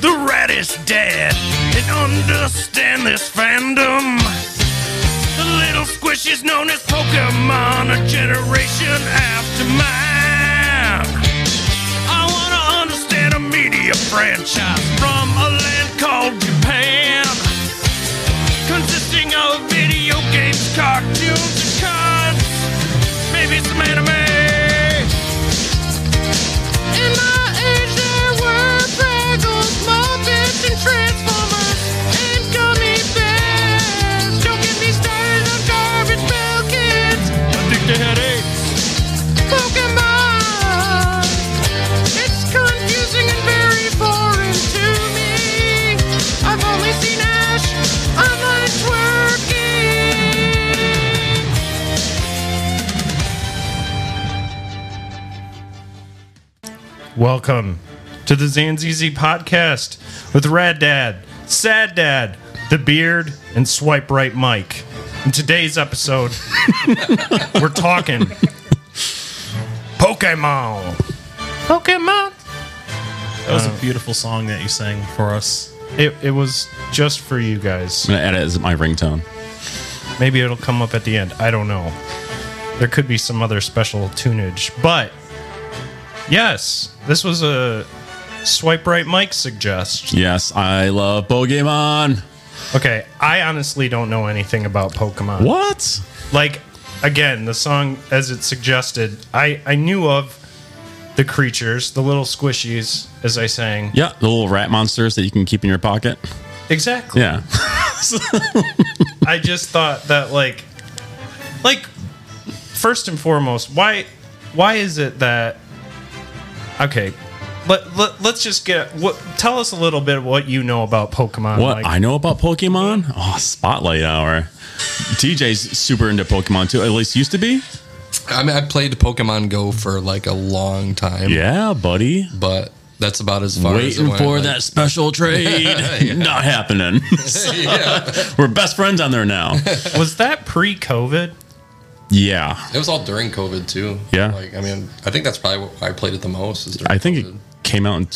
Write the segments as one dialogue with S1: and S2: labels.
S1: saddest dad that understand this fandom. The little squishies known as Pokemon, a generation after mine. I wanna understand a media franchise from a land called Japan, consisting of video games, cartoons, and cards, maybe some anime.
S2: In my age, there were bagels, muppets, and transformers, and gummy bears. Don't get me started on garbage pail kids,
S1: I think they had eight.
S2: Pokemon. It's confusing and very foreign to me. I've only seen Ash online twerking.
S1: Welcome to the Zanzizi podcast with Rad Dad, Sad Dad, The Beard, and Swipe Right Mike. In today's episode, we're talking Pokemon. Pokemon.
S3: That
S4: Uh,
S3: was a beautiful song that you sang for us.
S1: It, it was just for you guys.
S4: I'm gonna add it as my ringtone.
S1: Maybe it'll come up at the end. I don't know. There could be some other special tunage. But yes, this was a Swipe Right Mike suggest.
S4: Yes, I love Pokemon.
S1: Okay, I honestly don't know anything about Pokemon.
S4: What?
S1: Like, again, the song as it suggested, I I knew of the creatures, the little squishies, as I sang.
S4: Yeah, the little rat monsters that you can keep in your pocket.
S1: Exactly.
S4: Yeah,
S1: I just thought that like, like, first and foremost, why why is it that? Okay. Let, let, let's just get what tell us a little bit what you know about pokemon
S4: what
S1: Mike.
S4: I know about Pokemon? Oh, Spotlight Hour. TJ's super into Pokemon too. At least used to be.
S5: I mean, I played Pokemon Go for like a long time.
S4: Yeah, buddy.
S5: But that's about as far as it
S4: Waiting
S5: went.
S4: for
S5: Like,
S4: that special trade. Not happening.
S5: yeah.
S4: We're best friends on there now.
S1: was that pre-covid
S4: Yeah,
S5: It was all during COVID too.
S4: Yeah.
S5: Like I mean, I think that's probably what I played it the most. Is during
S4: I think it
S5: COVID.
S4: came out. in...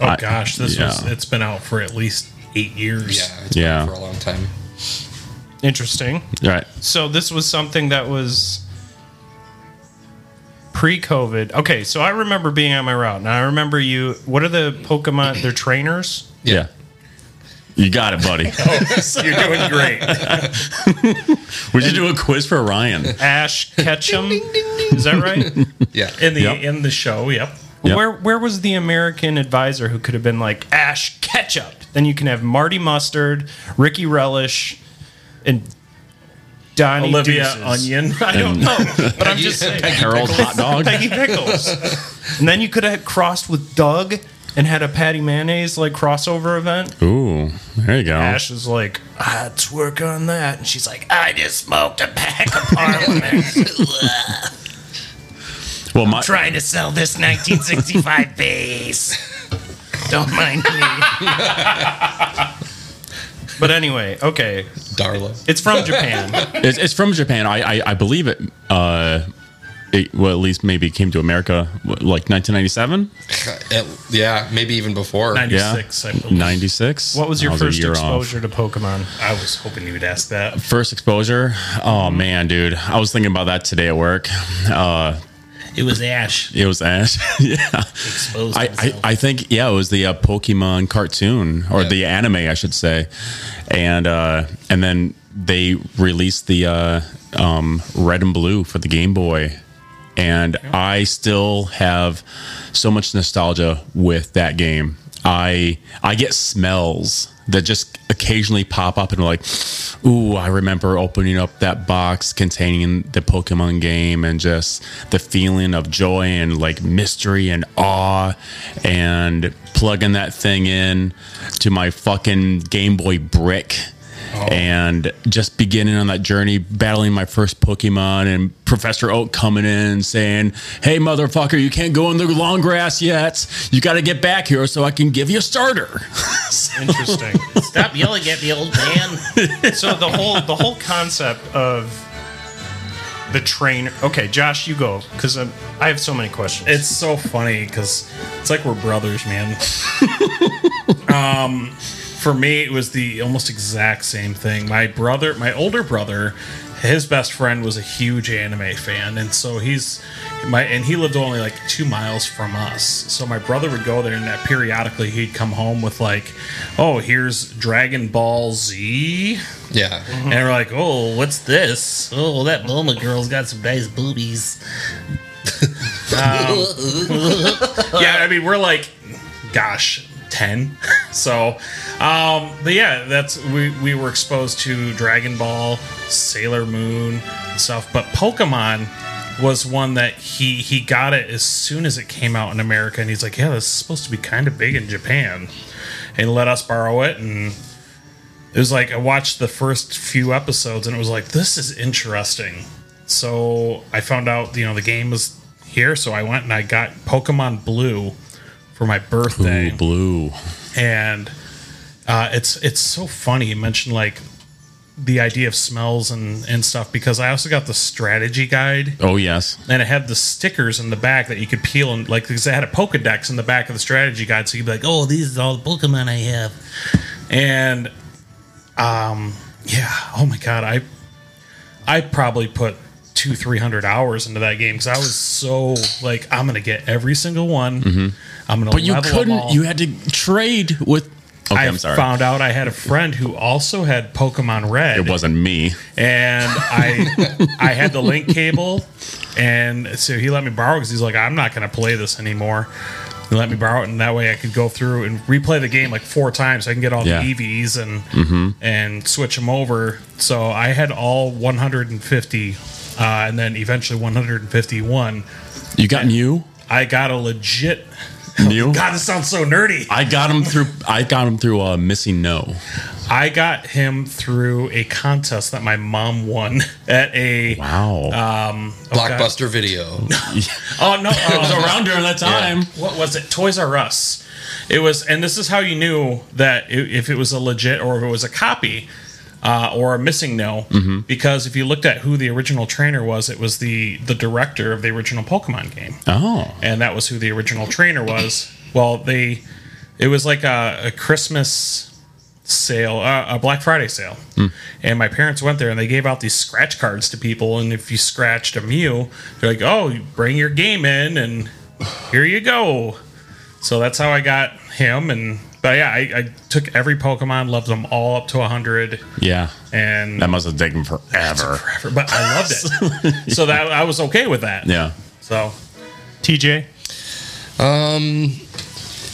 S3: Oh
S4: I-
S3: gosh, this
S4: yeah.
S3: was it's been out for at least eight years.
S5: yeah, it's
S4: Yeah.
S5: been for a long time.
S1: interesting
S4: Right.
S1: so this was something that was pre-covid okay so i remember being on my route and i remember you what are the pokemon they're trainers
S4: Yeah. You got it, buddy.
S1: you're doing great
S4: We should do a quiz for Ryan.
S1: ash ketchum is that right
S5: Yeah.
S3: In the
S4: Yep.
S3: in the show, yep.
S4: Yep.
S1: where where was the american advisor who could have been like ash ketchup then you can have marty mustard ricky relish and donnie
S3: Olivia
S1: Deuces.
S3: Onion.
S1: i don't
S4: And-
S1: know but i'm just saying
S4: Harold Hot Dog.
S1: Peggy Pickles. and then you could have crossed with Doug and had a Patty Mayonnaise like crossover event.
S4: Ooh, there you go.
S1: Ash is like, I twerk on that. And she's like, I just smoked a pack of Parliament.
S4: Well, my
S1: Trying to sell this 1965 base. Don't mind me. but anyway, okay.
S5: Darla.
S1: It's from Japan.
S4: it's, it's from Japan. I I, I believe it. Uh, it, well, at least maybe it came to America what, like 1997,
S5: It- yeah, maybe even before.
S3: Ninety
S4: Yeah.
S3: six, I believe.
S4: 96.
S1: What was your
S4: I a
S1: first
S4: year off.
S1: exposure to Pokemon?
S3: I was hoping you would ask that.
S4: First exposure? Oh man, dude, I was thinking about that today at work. Uh,
S3: It was Ash
S4: it was Ash. yeah,
S3: exposed.
S4: I, I,
S3: himself.
S4: I think yeah, it was the uh, Pokemon cartoon or
S5: Yeah.
S4: the anime, I should say, and uh, and then they released the uh, um, Red and Blue for the Game Boy, and I still have so much nostalgia with that game. I I get smells that just occasionally pop up and like, ooh, I remember opening up that box containing the Pokemon game and just the feeling of joy and like mystery and awe and plugging that thing in to my fucking Game Boy brick. Oh. And just beginning on that journey, battling my first Pokemon, and Professor Oak coming in saying, Hey, motherfucker, you can't go in the long grass yet. You got to get back here so I can give you a starter.
S1: Interesting.
S6: Stop yelling at me, old man.
S1: so the whole the whole concept of
S6: the trainer. Okay, Josh, you go because I have so many questions.
S3: It's so funny because it's like we're brothers, man. um, for me, it was the almost exact same thing. My brother, my older brother, his best friend was a huge anime fan, and so he's my and he lived only like two miles from us. So my brother would go there, and that periodically he'd come home with like, "Oh, here's Dragon Ball Z."
S5: Yeah.
S4: Mm-hmm.
S3: And we're like, oh, what's this? Oh, that Bulma girl's got some nice boobies. um, yeah, I mean, we're like, gosh, 10. So, um, but yeah, that's, we, we were exposed to Dragon Ball, Sailor Moon, and stuff, but Pokemon was one that he he got it as soon as it came out in America and he's like, "Yeah, this is supposed to be kind of big in Japan." And let us borrow it and it was like I watched the first few episodes and it was like this is interesting. So I found out you know the game was here, so I went and I got Pokemon Blue for my birthday,
S4: Ooh, blue.
S3: and uh, it's it's so funny. You mentioned like the idea of smells and and stuff because I also got the strategy guide
S4: Oh yes.
S3: and it had the stickers in the back that you could peel and like because it had a Pokedex in the back of the strategy guide, so you'd be like, "Oh, these are all the Pokemon I have," and um, yeah, oh my god, I I probably put two three hundred hours into that game because I was so like, I'm gonna get every single one. I'm gonna,
S4: Mm-hmm. But you
S3: level 'em
S4: couldn't.
S3: all.
S4: You had to trade with. Okay,
S3: I
S4: I'm sorry.
S3: found out I had a friend who also had Pokemon Red
S4: it wasn't me.
S3: and I I had the link cable, and so he let me borrow because he's like, I'm not going to play this anymore. He let me borrow it, and that way I could go through and replay the game like four times. So I can get all
S4: Yeah.
S3: the EVs and and switch them over. So I had all 150, uh, and then eventually 151.
S4: You got Mew.
S3: I got a legit.
S4: Mew.
S3: God, this sounds so nerdy.
S4: I got him through. I got him through uh, missing no.
S3: I got him through a contest that my mom won at a.
S4: Wow.
S3: Uh,
S5: Blockbuster video.
S3: Oh no! it was around during that
S4: time.
S3: What was it? Toys R Us. It was, and this is how you knew that i- if it was a legit or if it was a copy uh, or a missing no, because if you looked at who the original trainer was, it was the the director of the original Pokemon game,
S4: oh.
S3: and that was who the original trainer was. Well, they, it was like a, a Christmas sale, uh, a Black Friday sale,
S4: Hmm.
S3: and my parents went there and they gave out these scratch cards to people, and if you scratched a Mew, they're like, "Oh, you bring your game in, and here you go." So that's how I got him, and but yeah, I, I took every Pokemon, loved them all up to hundred,
S4: Yeah.
S3: and
S4: That must have taken forever.
S3: forever. But I loved it, so that I was okay with that.
S4: Yeah.
S3: So
S6: TJ.
S5: Um,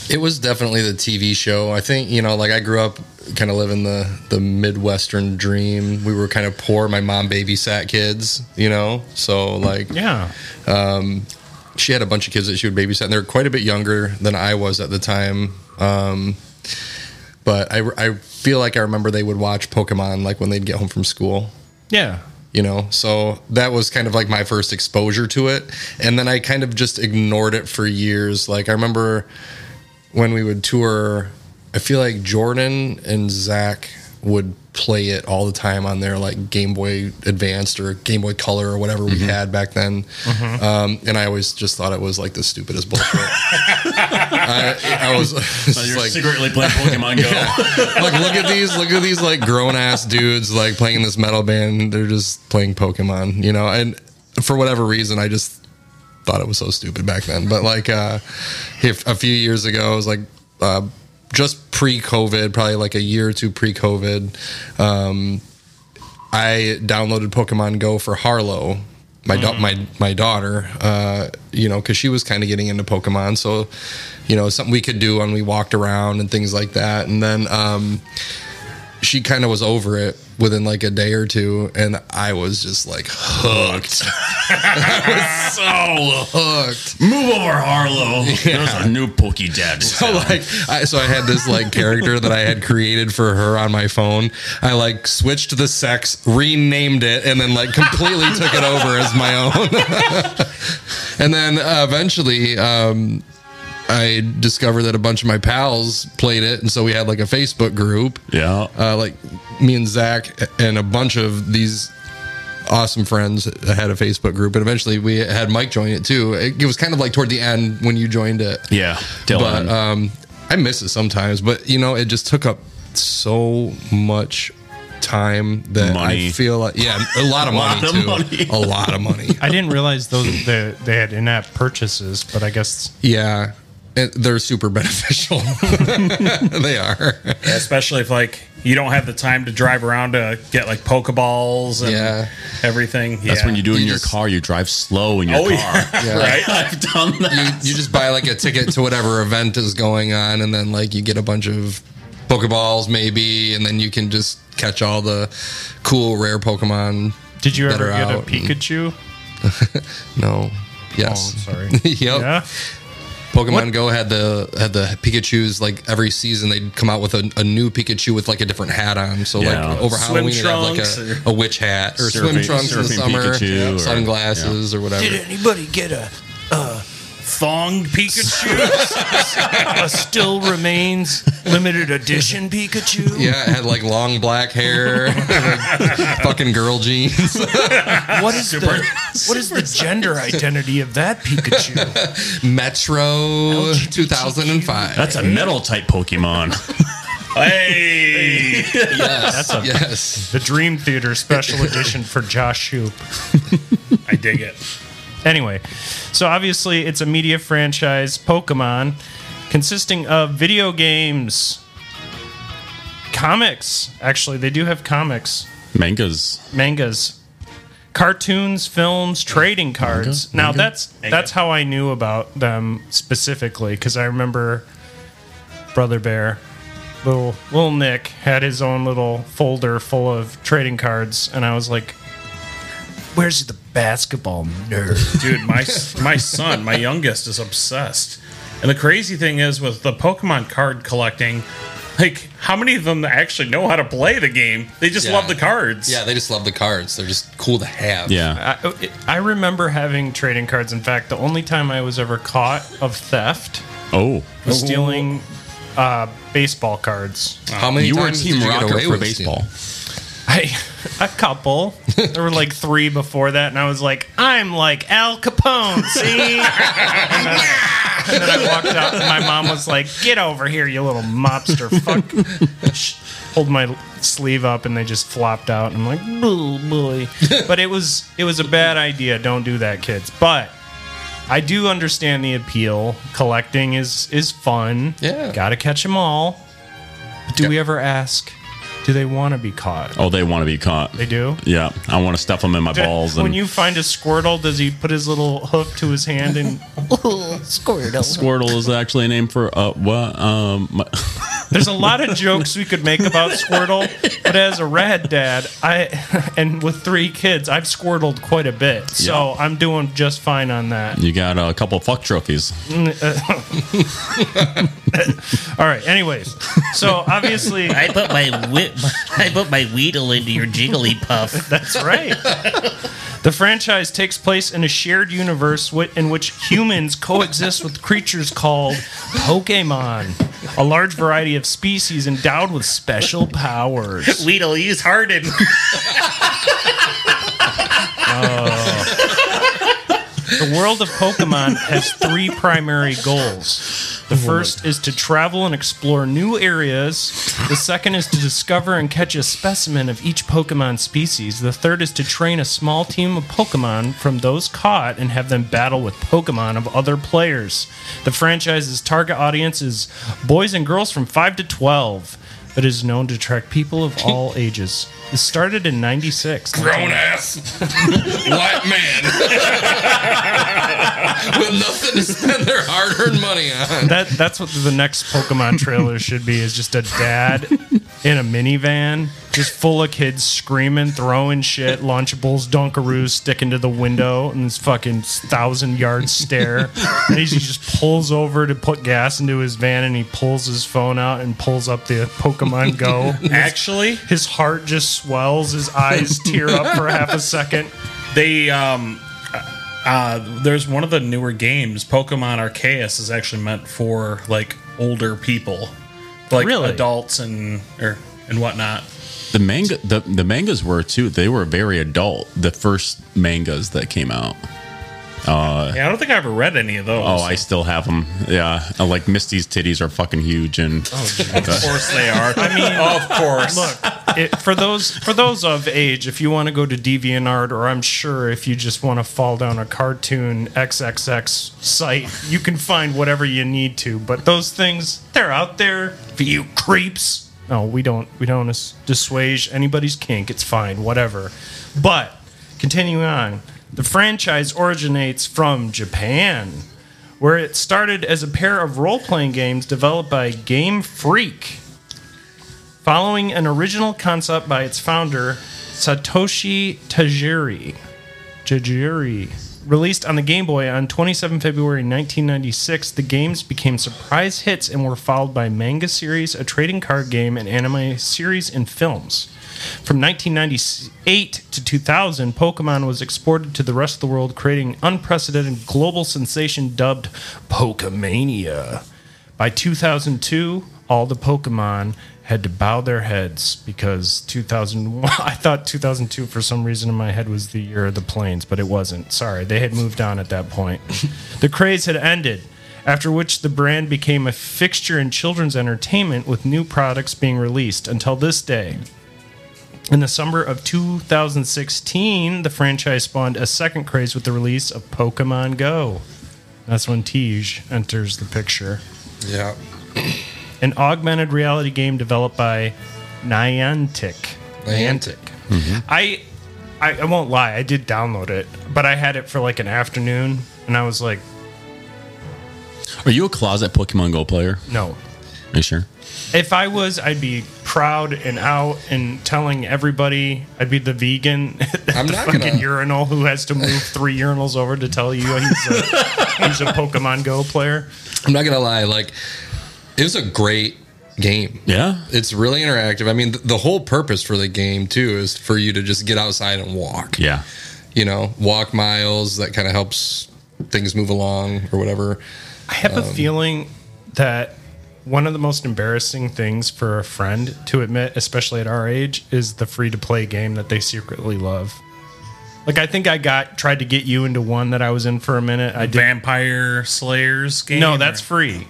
S5: It was definitely the TV show. I think you know, like I grew up kind of living the the Midwestern dream. We were kind of poor. My mom babysat kids, you know, so like
S6: Yeah.
S5: she had a bunch of kids that she would babysit, and they were quite a bit younger than I was at the time. Um, but I I feel like I remember they would watch Pokemon like when they'd get home from school
S6: Yeah.
S5: you know so that was kind of like my first exposure to it and then i kind of just ignored it for years like i remember when we would tour i feel like jordan and zach would play it all the time on their like game boy advanced or game boy color or whatever we had back then um, and i always just thought it was like the stupidest bullshit I, I was just like
S4: secretly playing Pokemon Go.
S5: like look at these look at these like grown ass dudes like playing this metal band they're just playing pokemon you know and for whatever reason i just thought it was so stupid back then but like uh if a few years ago it was like uh just pre-covid probably like a year or two pre-covid um I downloaded Pokemon Go for Harlow, my da- my my daughter. Uh, you know, because she was kind of getting into Pokemon, so you know, something we could do when we walked around and things like that. And then um, she kind of was over it within like a day or two, and I was just like hooked,
S4: so uh,
S5: hooked.
S4: move over, Harlow. There's a new Pokedex.
S5: So like, I, so I had this like character that I had created for her on my phone. I like switched the sex, renamed it, and then like completely took it over as my own. and then uh, eventually, um, I discovered that a bunch of my pals played it, and so we had like a Facebook group
S4: yeah.
S5: uh, like me and Zach and a bunch of these awesome friends had a Facebook group, and eventually we had Mike join it too. It, it was kind of like toward the end when you joined it.
S4: Yeah,
S5: But
S4: Dylan.
S5: um, I miss it sometimes. But you know, it just took up so much time that
S4: Money.
S5: I feel like yeah, a lot of money
S4: lot of
S5: too,
S4: money.
S5: a lot of money.
S1: I didn't realize those they, they had in-app purchases, but I guess
S5: Yeah, and they're super beneficial. they are.
S3: especially if like you don't have the time to drive around to get like pokeballs and
S5: Yeah.
S3: everything.
S4: That's
S3: Yeah.
S4: when you do it
S5: You
S4: in your
S5: just-
S4: car. You drive slow in your
S3: Oh,
S4: car.
S3: yeah.
S4: Right? I've done that.
S5: You just buy like a ticket to whatever event is going on, and then like you get a bunch of Pokeballs maybe, and then you can just catch all the cool rare Pokemon.
S1: did you
S5: that
S1: ever
S5: are
S1: get a
S5: out and-
S1: Pikachu?
S5: No.
S1: Oh,
S5: Yes.
S1: sorry.
S5: yep.
S1: Yeah.
S5: Pokemon Go had the had the Pikachu's like every season they'd come out with a, a new Pikachu with like a different hat on. So
S4: Yeah.
S5: like over
S3: Swim
S5: Halloween they'd have like
S3: trunks or-
S5: a, a witch hat or swim
S4: Surfing-
S5: trunks in the
S4: surfing
S5: summer,
S4: Pikachu or-
S5: sunglasses or whatever.
S7: Did anybody get a
S3: thonged Pikachu.
S7: a still remains limited edition Pikachu?
S5: Yeah, it had like long black hair, fucking girl jeans.
S7: What is the what is the gender identity of that Pikachu?
S5: Metro
S7: LGBTQ.
S5: 2005.
S4: That's a metal type Pokemon.
S3: hey,
S5: yes. yes.
S1: The Dream Theater Special Edition for Josh Hoop.
S3: I dig it.
S1: Anyway, so obviously it's a media franchise, Pokemon, consisting of video games, comics. Actually, they do have comics,
S4: Mangas.
S1: mangas, cartoons, films, trading cards. now that's that's how I knew about them specifically because I remember Brother Bear. Little, little Nick had his own little folder full of trading cards, and I was like,
S7: Where's the basketball nerd?
S3: dude my my son my youngest is obsessed and the crazy thing is with the pokemon card collecting like how many of them actually know how to play the game they just
S5: Yeah.
S3: love the cards
S5: Yeah, they just love the cards. They're just cool to have.
S4: Yeah.
S1: I, I remember having trading cards. In fact, the only time I was ever caught of theft
S4: Oh.
S1: was stealing uh, baseball cards.
S5: How many
S4: You were a
S5: times
S4: team
S5: did you get
S4: rocker
S5: away
S4: for
S5: with
S4: baseball.
S5: stealing?
S1: I, a couple. There were like three before that, and I was like, I'm like Al Capone, see? and, then, and then I walked out, and my mom was like, Get over here, you little mobster fuck. Sh- Pulled my sleeve up, and they just flopped out. And I'm like, "Oh, boy. But it was it was a bad idea. Don't do that, kids. But I do understand the appeal. Collecting is is fun.
S5: Yeah.
S1: got to catch them all. But do we ever ask? Do they want to be caught?
S4: Oh, they want to be caught.
S1: They do.
S4: Yeah. I want to stuff them in my balls.
S1: when
S4: and
S1: you find a Squirtle, does he put his little hook to his hand and
S4: Squirtle is actually a name for uh what um my,
S1: There's a lot of jokes we could make about Squirtle, but as a rad dad, I and with three kids, I've squirtled quite a bit, so I'm doing just fine on that.
S4: you got a couple fuck trophies.
S1: All right. Anyways, so obviously
S8: I put my whi I put my Weedle into your Jigglypuff.
S1: that's right. The franchise takes place in a shared universe wi- in which humans coexist with creatures called Pokemon, a large variety of species endowed with special powers.
S8: Weedle, use Harden.
S1: The world of Pokemon has three primary goals. The first is to travel and explore new areas. The second is to discover and catch a specimen of each Pokemon species. The third is to train a small team of Pokemon from those caught and have them battle with Pokemon of other players. The franchise's target audience is boys and girls from 5 to 12, but is known to attract people of all ages. It started in 96.
S5: Grown ass white man with nothing to spend their hard earned money on.
S1: That that's what the next Pokemon trailer should be is just a dad in a minivan, just full of kids screaming, throwing shit, launchables, Dunkaroos sticking to the window, and this fucking thousand yard stare. And he's- he just pulls over to put gas into his van, and he pulls his phone out and pulls up the Pokemon Go.
S3: actually
S1: His heart just swells, his eyes tear up for half a second.
S3: they um uh there's one of the newer games pokemon arceus is actually meant for like older people like
S1: Really?
S3: adults and or and whatnot
S4: The manga, the, the mangas were too. They were very adult. The first mangas that came out.
S3: Yeah, I don't think I ever read any of those.
S4: Oh, I still have them. Yeah, I like Misty's titties are fucking huge, and
S3: of course they are. I mean, of course.
S6: Look, it, for those for those of age, if you want to go to DeviantArt, or I'm sure if you just want to fall down a cartoon XXX site, you can find whatever you need to. But those things, they're out there for you creeps. No, we don't we don't dis- dissuage anybody's kink. It's fine, whatever. But continuing on, the franchise originates from Japan. Where it started as a pair of role playing games developed by Game Freak following an original concept by its founder, Satoshi Tajiri. Tajiri. Released on the Game Boy on 27 February 1996, the games became surprise hits and were followed by manga series, a trading card game, and anime series and films. From 1998 to 2000, Pokemon was exported to the rest of the world, creating unprecedented global sensation dubbed Pokemania. By 2002, all the Pokemon had to bow their heads because 2001. I thought 2002 for some reason in my head was the year of the planes, but it wasn't. Sorry, they had moved on at that point. the craze had ended, after which the brand became a fixture in children's entertainment with new products being released until this day. In the summer of 2016, the franchise spawned a second craze with the release of Pokemon Go. That's when Tej enters the picture
S5: Yeah.
S6: an augmented reality game developed by Niantic. Mm-hmm.
S5: Niantic.
S6: I, I I won't lie, I did download it, but I had it for like an afternoon, and I was like,
S4: are you a closet Pokemon Go player?
S6: no.
S4: Are you sure?
S6: If I was, I'd be proud and out and telling everybody I'd be the vegan at
S5: I'm
S6: the
S5: not
S6: fucking
S5: gonna-
S6: urinal who has to move three urinals over to tell you he's a, he's a Pokemon Go player.
S5: I'm not gonna lie, like it was a great game.
S4: Yeah,
S5: It's really interactive. I mean, th- the whole purpose for the game too is for you to just get outside and walk.
S4: yeah.
S5: You know, walk miles. That kind of helps things move along or whatever.
S6: I have a feeling that one of the most embarrassing things for a friend to admit, especially at our age, is the free to play game that they secretly love. Like I think I got tried to get you into one that I was in for a minute. I did
S3: Vampire Slayers game.
S6: No, that's
S3: or-
S6: free.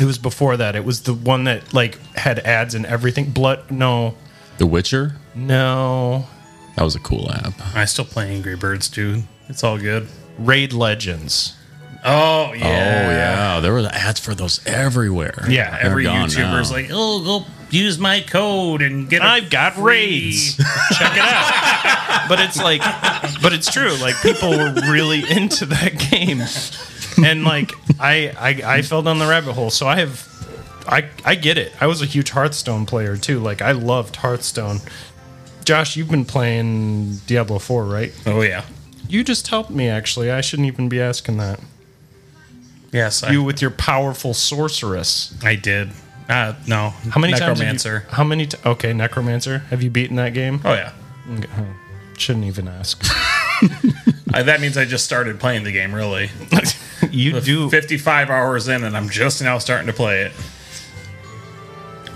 S6: It was before that. It was the one that like had ads and everything. Blood no.
S4: The Witcher.
S6: No.
S4: That was a cool app.
S3: I still play Angry Birds, dude. It's all good.
S6: Raid Legends.
S3: Oh yeah.
S4: Oh yeah, there were ads for those everywhere.
S6: Yeah,
S4: They're
S3: Every
S4: gone
S3: YouTuber's
S4: now.
S3: like, oh, go use my code and get. a
S6: I've got
S3: free-"
S6: raids. Check it out. But it's like, but it's true. Like people were really into that game, and like I, I, I fell down the rabbit hole. So I have, I, I get it. I was a huge Hearthstone player too. Like I loved Hearthstone. Josh, you've been playing Diablo Four, right?
S3: Oh yeah.
S6: You just helped me. Actually, I shouldn't even be asking that.
S3: Yes, I,
S6: You with your powerful sorceress.
S3: I did. Uh, no.
S6: How many times? have you-
S3: Necromancer.
S6: How many? T- okay, necromancer. Have you beaten that game?
S3: Oh yeah.
S6: Shouldn't even ask.
S3: I, that means I just started playing the game. Really,
S6: You do
S3: 55 hours in, and I'm just now starting to play it.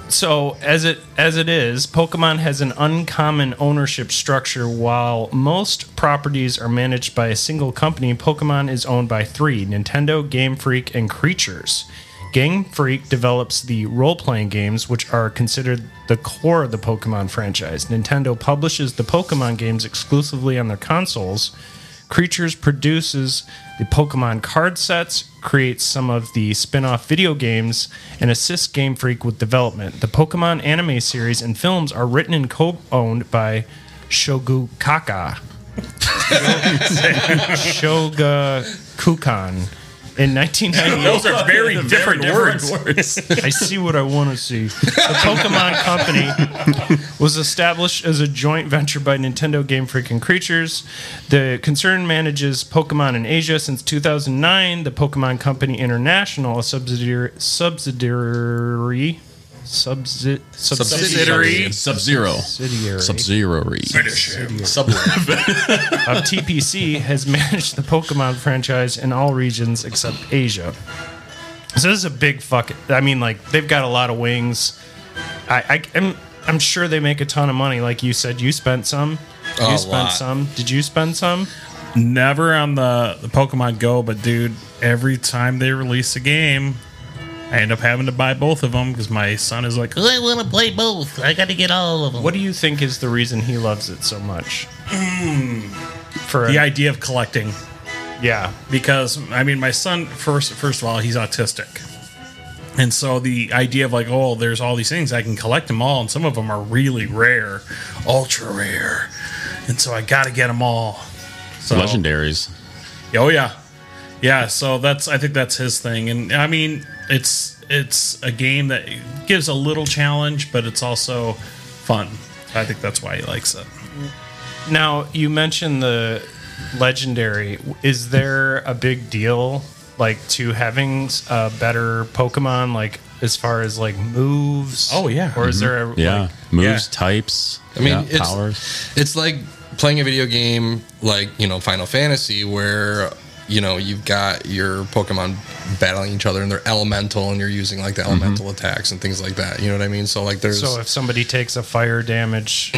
S6: so as it as it is. Pokemon has an uncommon ownership structure. While most properties are managed by a single company, Pokemon is owned by three: Nintendo, Game Freak, and Creatures. Game Freak develops the role playing games, which are considered the core of the Pokemon franchise. Nintendo publishes the Pokemon games exclusively on their consoles. Creatures produces the Pokemon card sets, creates some of the spin off video games, and assists Game Freak with development. The Pokemon anime series and films are written and co owned by Shogukaka. Shoga Kukan. In 1998,
S3: Those are very different, words.
S6: I see what I want to see. The Pokemon Company was established as a joint venture by Nintendo Game Freak and Creatures. The concern manages Pokemon in Asia since 2009. The Pokemon Company International, a subsidiary subsidiary subsi-
S5: Subsidiary.
S4: Sub Zero.
S6: subsidiary
S4: Sub Zero.
S6: of TPC has managed the Pokemon franchise in all regions except Asia. So this is a big fucking. I mean, like they've got a lot of wings. I, I am I'm sure they make a ton of money. Like you said, you spent some. You
S5: A
S6: spent
S5: lot.
S6: some. Did you spend some?
S3: Never on the, the Pokemon Go, but dude, every time they release a game, I end up having to buy both of them because my son is like,
S8: I want to play both. I got to get all of them.
S6: What do you think is the reason he loves it so much? For
S3: the idea of collecting.
S6: yeah,
S3: because I mean, my son first first of all, he's autistic, and so the idea of like, oh, there's all these things I can collect them all, and some of them are really rare, ultra rare, and so I got to get them all. So,
S4: Legendaries.
S3: Oh yeah, yeah. So that's I think that's his thing, and I mean, it's it's a game that gives a little challenge, but it's also fun. I think that's why he likes it.
S6: Now you mentioned the legendary. Is there a big deal like to having a better Pokemon, like as far as like moves?
S3: Oh, yeah.
S6: Or is there a,
S4: Mm-hmm. Yeah.
S6: like,
S4: Moves, types. I
S5: mean,
S4: mean,
S5: it's-
S4: powers.
S5: It's like playing a video game like, you know, Final Fantasy where you know, you've got your Pokemon battling each other and they're elemental and you're using like the elemental attacks and things like that. You know what I mean? So like there's
S6: so if somebody takes a fire damage,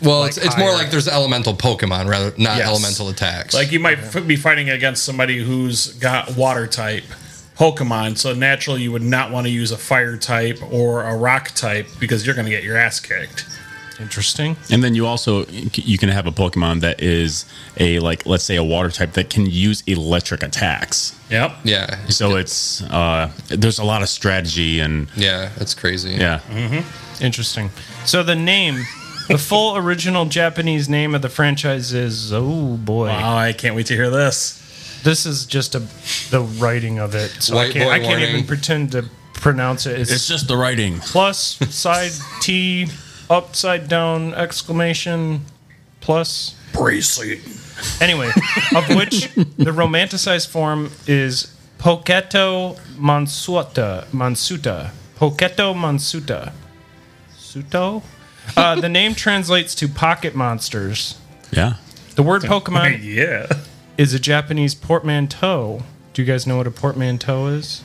S5: well it's, it's more
S6: higher-
S5: like there's elemental Pokemon rather not
S3: Yes.
S5: elemental attacks.
S3: Like you might f- be fighting against somebody who's got water type Pokemon, so naturally you would not want to use a fire type or a rock type because you're going to get your ass kicked.
S6: interesting.
S4: And then you also you can have a Pokemon that is a like let's say a water type that can use electric attacks.
S3: Yep.
S5: yeah.
S4: So it's uh there's a lot of strategy and
S5: Yeah, that's crazy.
S4: yeah.
S6: Interesting. So the name, the full original Japanese name of the franchise is oh boy,
S3: Oh, I can't wait to hear this.
S6: this is just a the writing of it. So I
S5: White
S6: can't,
S5: boy
S6: I can't
S5: warning.
S6: even pretend to pronounce it. It's,
S4: It's just the writing.
S6: plus side T upside down exclamation plus
S3: Bracelet.
S6: anyway, of which the romanticized form is Poketo Mansuta. Mansuta. Poketo Mansuta. Suto? Uh, the name translates to pocket monsters.
S4: Yeah.
S6: The word Pokemon
S3: Yeah.
S6: is a Japanese portmanteau. Do you guys know what a portmanteau is?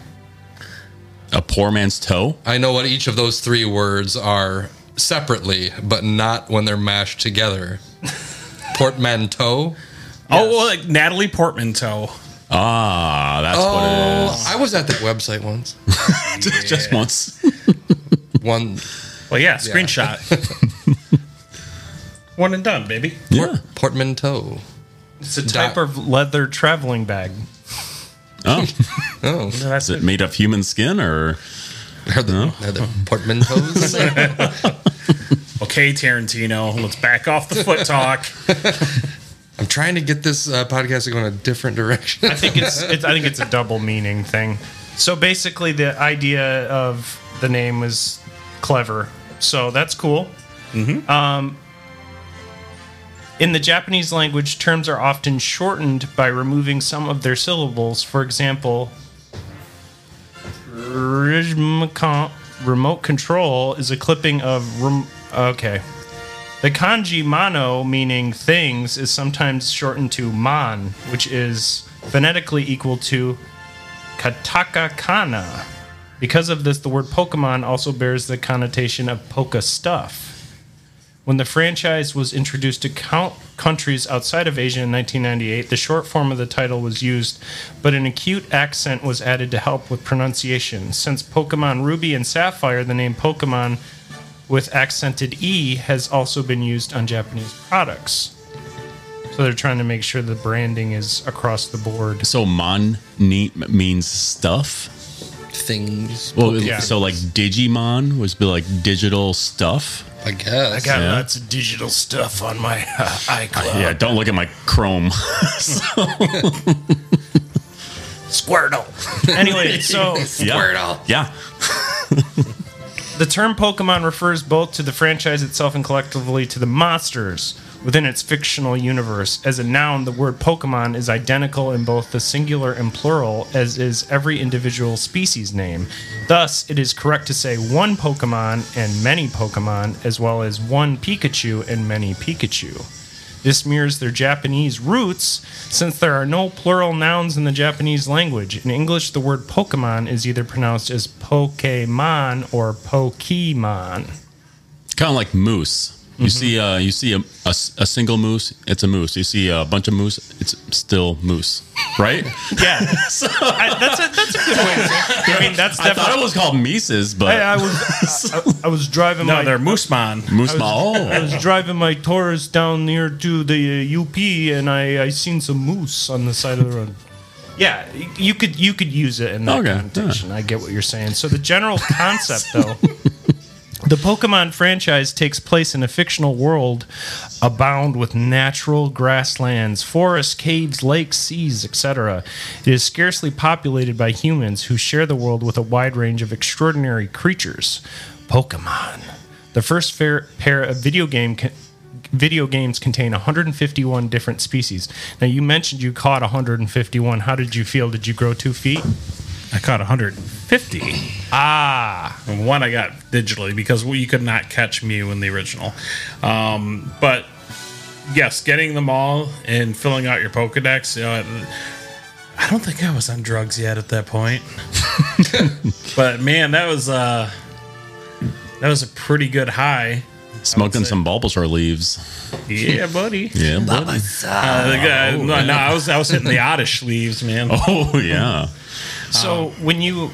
S4: A poor man's toe.
S5: I know what each of those three words are separately, but not when they're mashed together. Portmanteau.
S3: Oh, well, like Natalie Portmanteau.
S4: Ah, that's what it
S5: Oh, I was at that website once.
S4: is. Just once.
S5: One
S3: Well, yeah, screenshot. One and done, baby.
S4: Yeah.
S5: portmanteau.
S6: It's a
S5: Dot.
S6: type of leather traveling bag.
S4: Oh,
S5: Oh,
S4: is it made of human skin or
S5: are the, are the portmanteaus?
S3: Okay, Tarantino, let's back off the foot talk.
S5: I'm trying to get this uh, podcast to go in a different direction.
S6: I think it's, it's I think it's a double meaning thing. So basically, the idea of the name was clever. So that's cool. Um, in the Japanese language, terms are often shortened by removing some of their syllables. For example, Rijmacon- remote control is a clipping of. Rem- okay. The kanji mano, meaning things, is sometimes shortened to man, which is phonetically equal to katakana. Because of this, the word Pokemon also bears the connotation of poka stuff. When the franchise was introduced to count countries outside of Asia in 1998, the short form of the title was used, but an acute accent was added to help with pronunciation. Since Pokemon Ruby and Sapphire, the name Pokemon with accented E has also been used on Japanese products. So they're trying to make sure the branding is across the board.
S4: so mon ne- means stuff.
S5: Things,
S4: Well,
S6: Yeah.
S4: so like Digimon was be like digital stuff.
S5: I guess.
S6: Got
S4: Yeah.
S6: lots of digital stuff on my uh, iCloud.
S4: Yeah, don't look at my Chrome.
S8: Squirtle.
S6: Anyway, so
S4: yeah. Yeah.
S6: the term Pokemon refers both to the franchise itself and collectively to the monsters within its fictional universe. As a noun, the word Pokemon is identical in both the singular and plural, as is every individual species name. Thus, it is correct to say one Pokemon and many Pokemon, as well as one Pikachu and many Pikachu. This mirrors their Japanese roots since there are no plural nouns in the Japanese language. In English, the word Pokemon is either pronounced as Pokemon or Pokemon.
S4: kind of like moose.
S5: Mm-hmm.
S4: You see, uh, you see a, a s- a single moose, it's a moose. You see a bunch of moose, it's still moose, right?
S6: Yeah, I, that's a that's a good way. To say it. I mean, that's
S4: I thought
S6: definitely.
S4: it was called Mises, but
S6: I, I was I, I was driving
S3: No,
S6: my
S3: they're moose man.
S4: moose. ma-
S6: I
S4: oh,
S6: was driving my Taurus down near to the uh, UP, and I, I seen some moose on the side of the road. Yeah, y- you could you could use it in that
S4: Okay,
S6: connotation. I get what you're saying. So the general concept, though, the Pokemon franchise takes place in a fictional world abound with natural grasslands, forests, caves, lakes, seas, etc. It is scarcely populated by humans who share the world with a wide range of extraordinary creatures. Pokemon. The first fair pair of video game co- video games contain 151 different species. Now you mentioned you caught 151. How did you feel? Did you grow two feet?
S3: I caught 150.
S6: Ah,
S3: And One I got digitally because you could not catch Mew in the original. Um, but yes, getting them all and filling out your Pokedex. You know, I don't think I was on drugs yet at that point. but man, that was uh, that was a pretty good high.
S4: smoking some Bulbasaur leaves.
S3: Yeah, buddy.
S4: Yeah, bud.
S3: Uh, the guy- no, no, I was I was hitting the oddish leaves, man.
S4: oh yeah. Um,
S6: so when you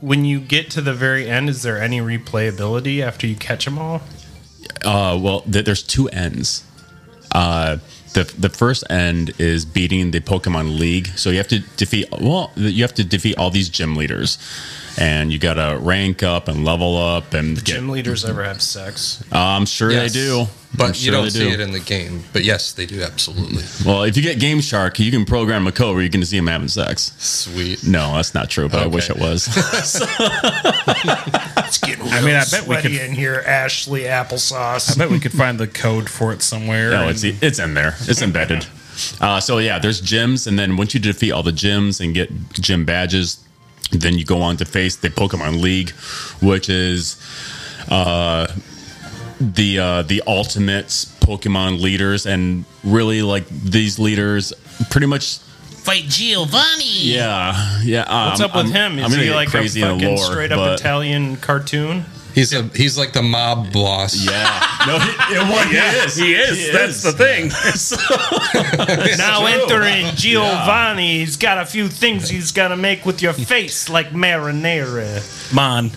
S6: when you get to the very end, is there any replayability after you catch them all?
S4: Uh, well, th- there's two ends. Uh, the the first end is beating the Pokemon League, so you have to defeat. Well, you have to defeat all these gym leaders, and you gotta rank up and level up and get.
S6: Gym leaders ever have sex?
S4: I'm sure
S5: Yes.
S4: they do,
S5: But
S4: I'm
S5: you
S4: sure
S5: don't
S4: they
S5: see it in the game. But yes, they do absolutely.
S4: well, if you get Game Shark, you can program a code where you can see them having sex.
S5: Sweet.
S4: No, that's not true, but I wish it
S5: Okay.
S4: was.
S6: It's getting
S3: I mean, I bet we could-
S6: in here, Ashley applesauce.
S3: I bet we could find the code for it somewhere.
S4: no, it's e,
S3: and-
S4: it's in there. It's embedded. Uh, so yeah, there's gyms, and then once you defeat all the gyms and get gym badges, then you go on to face the Pokemon League, which is uh, the uh, the ultimate Pokemon leaders, and really like these leaders, pretty much.
S8: Fight Giovanni.
S4: Yeah, yeah. uh,
S6: What's
S4: I'm-
S6: up with
S4: I'm-
S6: him? Is
S4: I'm gonna
S6: he
S4: get
S6: like
S4: crazy
S6: a
S4: in the
S6: fucking
S4: lore,
S6: straight up
S4: but-
S6: Italian cartoon?
S5: He's a he's like the mob boss.
S4: Yeah, no, he, it, well, he is.
S3: He is. That's the thing.
S6: Now entering Giovanni, he's got a few things he's gonna make with your face, like marinara.
S3: Mon.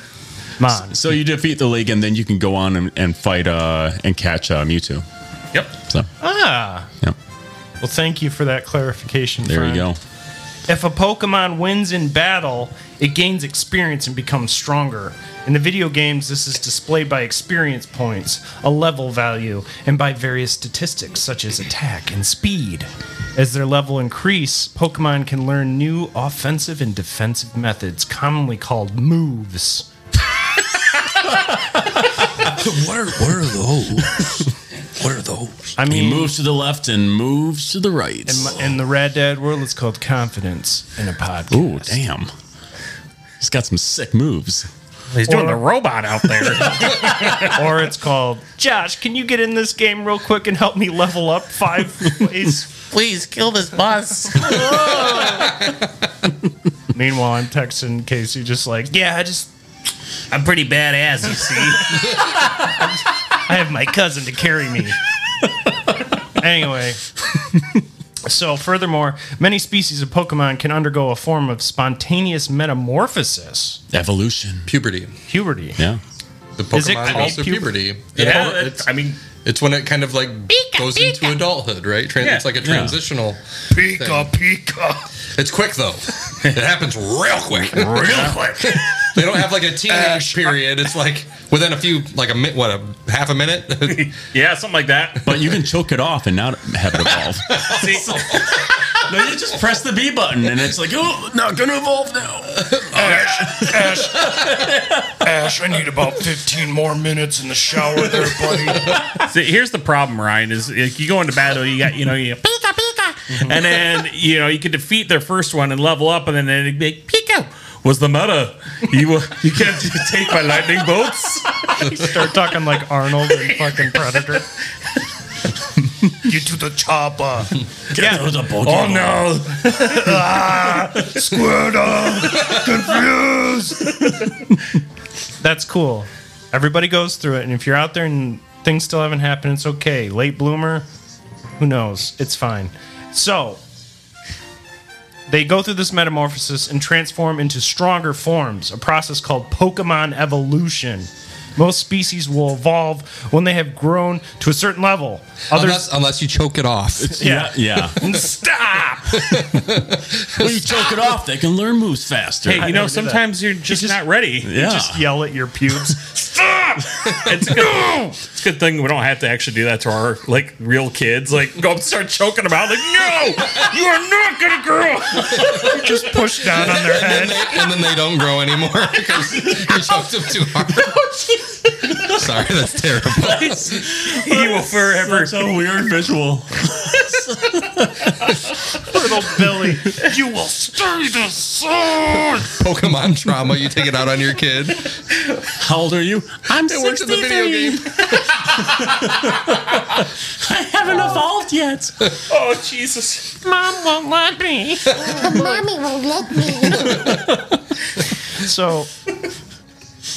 S6: Man,
S4: So you defeat the league, and then you can go on and, and fight uh, and catch uh, Mewtwo.
S3: Yep.
S4: So
S6: ah,
S4: yeah,
S6: well, thank you for that clarification.
S4: there you go.
S6: If a Pokemon wins in battle, it gains experience and becomes stronger. In the video games, this is displayed by experience points, a level value, and by various statistics such as attack and speed. As their level increase, Pokemon can learn new offensive and defensive methods, commonly called moves.
S5: What are what are those? what are those?
S6: I mean,
S4: He moves to the left and moves to the right.
S6: in, my- in the Red Dead world, it's called confidence in a podcast.
S4: Ooh, damn. He's got some sick moves.
S3: He's doing
S6: Or-
S3: the robot out there.
S6: or it's called Josh. Can you get in this game real quick and help me level up five ways?
S8: Please kill this boss.
S6: Meanwhile, I'm texting Casey, just like, yeah, I just
S8: I'm pretty badass, you see.
S6: I have my cousin to carry me. anyway. So, furthermore, many species of Pokemon can undergo a form of spontaneous metamorphosis,
S4: Evolution.
S5: Puberty.
S6: puberty.
S4: Yeah.
S5: The
S6: Is it
S5: Pokemon
S6: called
S5: goes through
S6: puberty?
S5: puberty.
S3: yeah.
S5: It's-
S3: It's, I mean,
S5: It's when it kind of like goes into adulthood, right? Tran-
S3: Yeah.
S5: It's like a
S4: Yeah.
S5: transitional. Pika pika. It's quick though. it happens real quick. Real quick. they don't have like a teenage period. It's like within a few, like a minute, what a half a minute.
S3: yeah, something like that.
S4: But you can choke it off and not have it evolve.
S3: See,
S4: no, you just press the B button and it's like, oh, not going to evolve now.
S6: Ash, I need about 15 more minutes in the shower there, buddy.
S3: see, here's the problem, Ryan. Is like, you go into battle, you got you know you Pika Pika, and then you know you could defeat their first one and level up, and then it'd be like, Pika was the meta. You will- you can't take my lightning bolts.
S6: Start talking like Arnold and fucking Predator.
S2: Get to the chopper.
S6: Yeah,
S3: Oh no!
S2: Squirtle. Confused.
S6: that's cool. Everybody goes through it, and if you're out there and things still haven't happened, it's okay. Late bloomer, who knows? It's fine. So they go through this metamorphosis and transform into stronger forms, a process called Pokemon evolution. Most species will evolve when they have grown to a certain level. Others
S5: Unless, unless you choke it off.
S6: yeah.
S4: Yeah.
S6: Stop!
S4: when you choke it off, they can learn moves faster.
S3: Hey, you know,
S6: never did that.
S3: sometimes you're just, not ready.
S4: yeah.
S6: Just yell at your pubes.
S3: Stop! It's a, good, it's a good thing we don't have to actually do that to our like real kids. Like go up and start choking them out. Like no, you are not gonna grow.
S6: Just push down on their head.
S5: and then they don't grow anymore because you choked them too hard. Sorry, that's terrible.
S3: He will forever.
S4: That's a weird visual.
S6: Little Billy.
S1: You will stay the sword.
S5: Pokemon trauma, you take it out on your kid. It
S4: How old are you? I'm
S5: works in the video game.
S4: I haven't evolved yet.
S3: Oh Jesus!
S9: Mommy won't let me.
S6: So,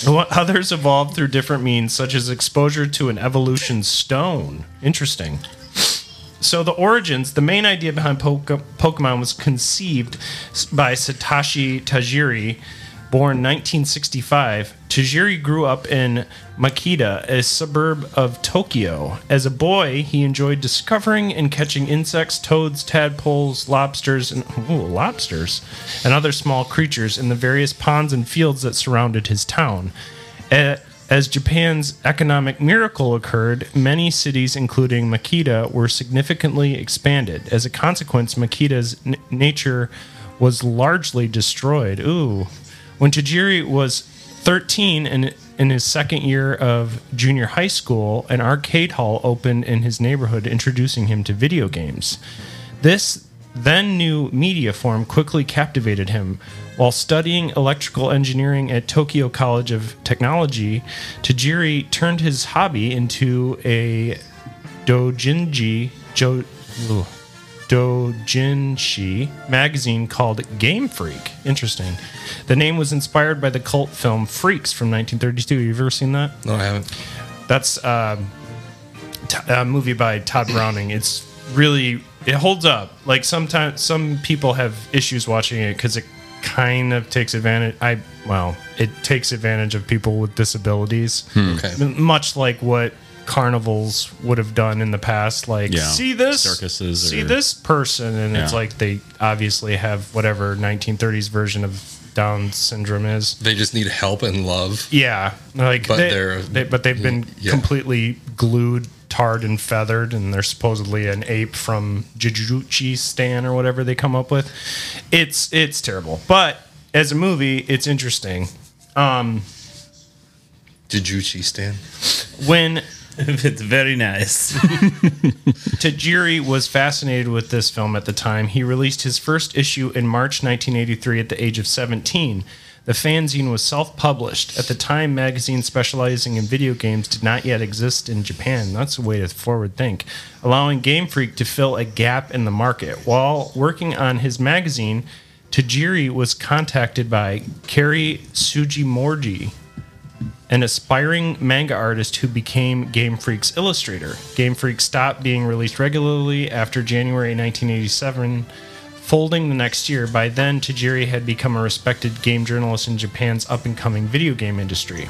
S6: what others evolved through different means, such as exposure to an evolution stone. Interesting. So, the origins, the main idea behind Poke- Pokemon was conceived s- by Satoshi Tajiri, born 1965. Tajiri grew up in Makita, a suburb of Tokyo. As a boy, he enjoyed discovering and catching insects, toads, tadpoles, lobsters, and ooh, lobsters, and other small creatures in the various ponds and fields that surrounded his town. A- As Japan's economic miracle occurred, many cities, including Makita, were significantly expanded. As a consequence, Makita's n- nature was largely destroyed. Ooh. When Tajiri was 13 and in his second year of junior high school, an arcade hall opened in his neighborhood, introducing him to video games. This then new media form quickly captivated him. While studying electrical engineering at Tokyo College of Technology, Tajiri turned his hobby into a doujinji jo, ugh, doujinshi magazine called Game Freak. Interesting. The name was inspired by the cult film Freaks from 1932. You've ever seen that?
S5: No, I haven't.
S6: That's um, t- a movie by Todd Browning. It's really it holds up. Like sometimes some people have issues watching it because it kind of takes advantage. I well, it takes advantage of people with disabilities,
S4: Hmm.
S5: Okay.
S6: M- much like what carnivals would have done in the past. Like
S4: Yeah.
S6: see this
S4: Circuses
S6: see
S4: or-
S6: this person, and it's
S4: Yeah.
S6: like they obviously have whatever 1930s version of Down syndrome is.
S5: They just need help and love.
S6: Yeah, like
S5: But
S6: they,
S5: they're-
S6: they- but they've been
S5: Yeah.
S6: completely glued, tarred, and feathered, and they're supposedly an ape from Jujutsu Stan or whatever they come up with. It's it's terrible, but as a movie, it's interesting.
S5: Jujutsu Stan.
S6: When
S8: it's very nice.
S6: Tajiri was fascinated with this film at the time. He released his first issue in March 1983 at the age of 17. The fanzine was self published. At the time, magazines specializing in video games did not yet exist in Japan. That's a way to forward think, allowing Game Freak to fill a gap in the market. While working on his magazine, Tajiri was contacted by Kerry Sugimorji, an aspiring manga artist who became Game Freak's illustrator. Game Freak stopped being released regularly after January 1987, folding the next year. By then, Tajiri had become a respected game journalist in Japan's up and coming video game industry.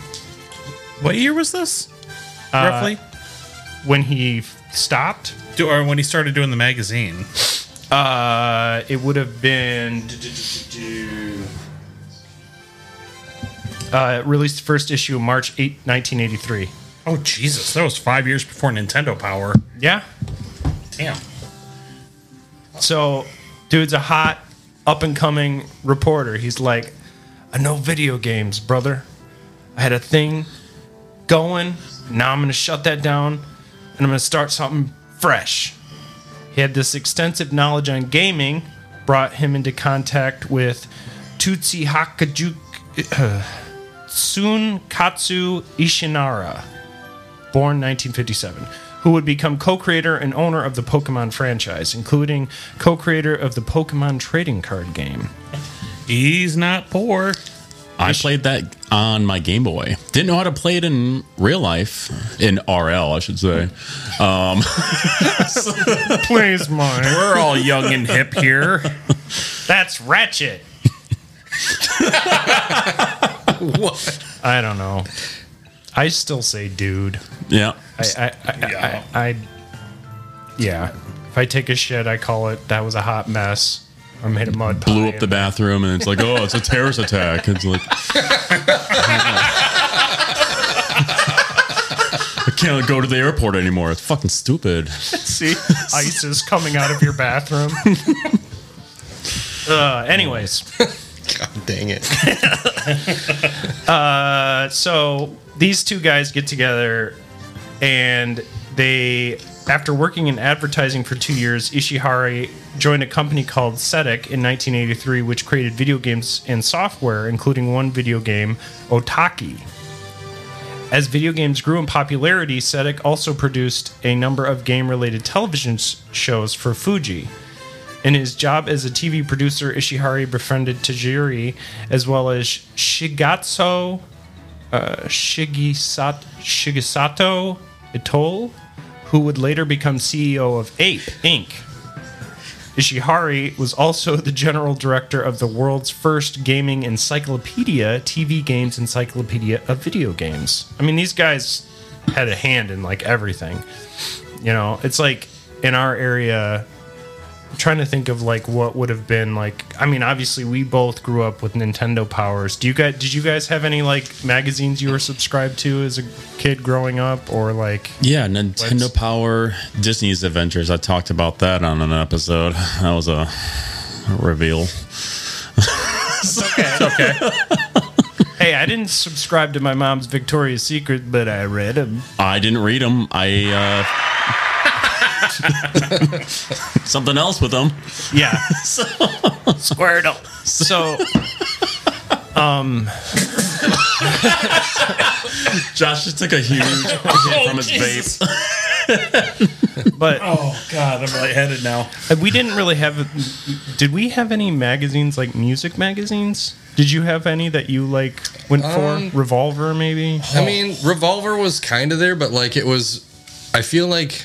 S3: What year was this? Roughly.
S6: When he f- stopped,
S3: Uh, Do, or when he started doing the magazine?
S6: uh, it would have been. Uh, released the first issue March 8, 1983.
S3: Oh Jesus! That was five years before Nintendo Power.
S6: Yeah,
S3: Damn.
S6: So, dude's a hot, up and coming reporter. He's like, I know video games, brother. I had a thing going. Now I'm going to shut that down and I'm going to start something fresh. He had this extensive knowledge on gaming, brought him into contact with Tutsi Hakajuk. Sunkatsu Ishinara, born 1957, who would become co creator and owner of the Pokemon franchise, including co creator of the Pokemon trading card game.
S3: He's not poor.
S4: I played that on my Game Boy. Didn't know how to play it in real life, in RL, I should say.
S6: Please, mine.
S3: We're all young and hip here.
S6: That's ratchet.
S5: What?
S6: I don't know. I still say dude.
S4: Yeah.
S6: I, I, I,
S3: Yeah.
S6: I, I, yeah. If I take a shit, I call it that was a hot mess. I made a mud pie.
S4: Blew up the bathroom, and it's like, oh, it's a terrorist attack. It's like. I can't go to the airport anymore. It's fucking stupid.
S6: See, ice is coming out of your bathroom. uh, anyways,
S5: God dang it.
S6: uh, so these two guys get together, and they, after working in advertising for two years, Ishihari joined a company called SEDEC in 1983, which created video games and software, including one video game, Otaki. As video games grew in popularity, SEDEC also produced a number of game related television s- shows for Fuji. In his job as a TV producer, Ishihari befriended Tajiri as well as Shigatsu uh, Shigisat, Shigisato Itol, who would later become CEO of Ape Inc. Ishihari was also the general director of the world's first gaming encyclopedia, TV Games Encyclopedia of Video Games. I mean, these guys had a hand in like everything. You know, it's like in our area, I'm trying to think of like what would have been like. I mean, obviously, we both grew up with Nintendo powers. Do you guys? Did you guys have any like magazines you were subscribed to as a kid growing up, or like?
S4: Yeah, Nintendo Power, Disney's Adventures. I talked about that on an episode. That was a reveal.
S6: okay. hey, I didn't subscribe to my mom's Victoria's Secret, but I read them.
S4: I didn't read them. I uh, something else with them.
S6: Yeah.
S8: Squirtle.
S6: So
S4: Josh just took a huge hit from his vape.
S6: but
S3: Oh God, I'm lightheaded now.
S6: we didn't really have did we have any magazines like music magazines? Did you have any that you like went
S5: Um,
S6: for? Revolver maybe?
S5: I mean, Revolver was kind of there, but like it was, I feel like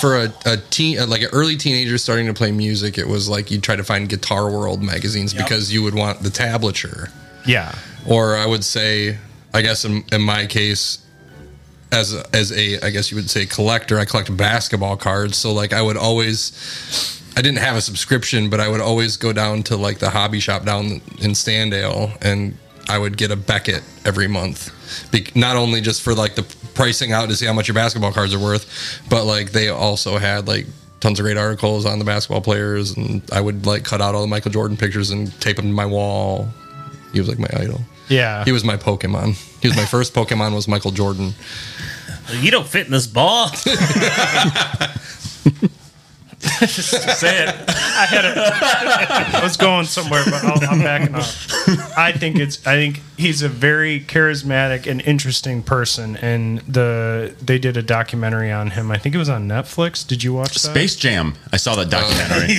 S5: for a, a teen, uh, like an early teenager starting to play music, it was like you try to find Guitar World magazines because you would want the tablature.
S6: Yeah.
S5: Or I would say, I guess in, in my case, as a, as a, I guess you would say collector, I collect basketball cards. So like I would always, I didn't have a subscription, but I would always go down to like the hobby shop down in Standale and I would get a Beckett every month. Be- not only just for like the pricing out to see how much your basketball cards are worth, but like they also had like tons of great articles on the basketball players. And I would like cut out all the Michael Jordan pictures and tape them to my wall. He was like my idol.
S6: Yeah.
S5: He was my Pokemon. He was my first Pokemon was Michael Jordan.
S8: You don't fit in this ball.
S3: Say it.
S6: I had a, I was going somewhere, but I'll, I'm backing off. I think it's. I think he's a very charismatic and interesting person, and the they did a documentary on him. I think it was on Netflix. Did you watch that?
S4: Space Jam. I saw that documentary.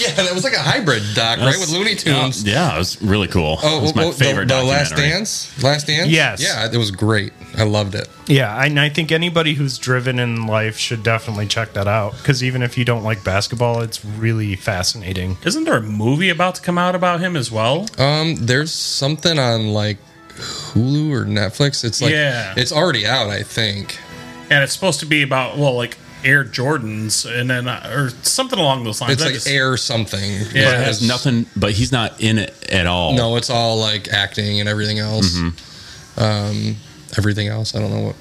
S5: Yeah, that was like a hybrid doc, right? With Looney Tunes.
S4: yeah, it was really cool. it was my
S5: Oh, well,
S4: favorite
S5: the, the Last
S4: documentary.
S5: Dance? Last Dance?
S6: Yes.
S5: Yeah, it was great. I loved it.
S6: Yeah, and I think anybody who's driven in life should definitely check that out because even if you don't like basketball, it's really fascinating.
S3: Isn't there a movie about to come out about him as well?
S5: Um, there's something on like Hulu or Netflix. It's like
S3: Yeah.
S5: it's already out, I think.
S3: and it's supposed to be about well, like Air Jordans, and then uh, or something along those lines.
S5: It's
S3: I
S5: like
S3: just-
S5: air something.
S3: Yeah,
S5: But
S4: It has
S5: it's-
S4: nothing, but he's not in it at all.
S5: No, it's all like acting and everything else.
S4: Mm-hmm.
S5: Um, everything else. I don't know what.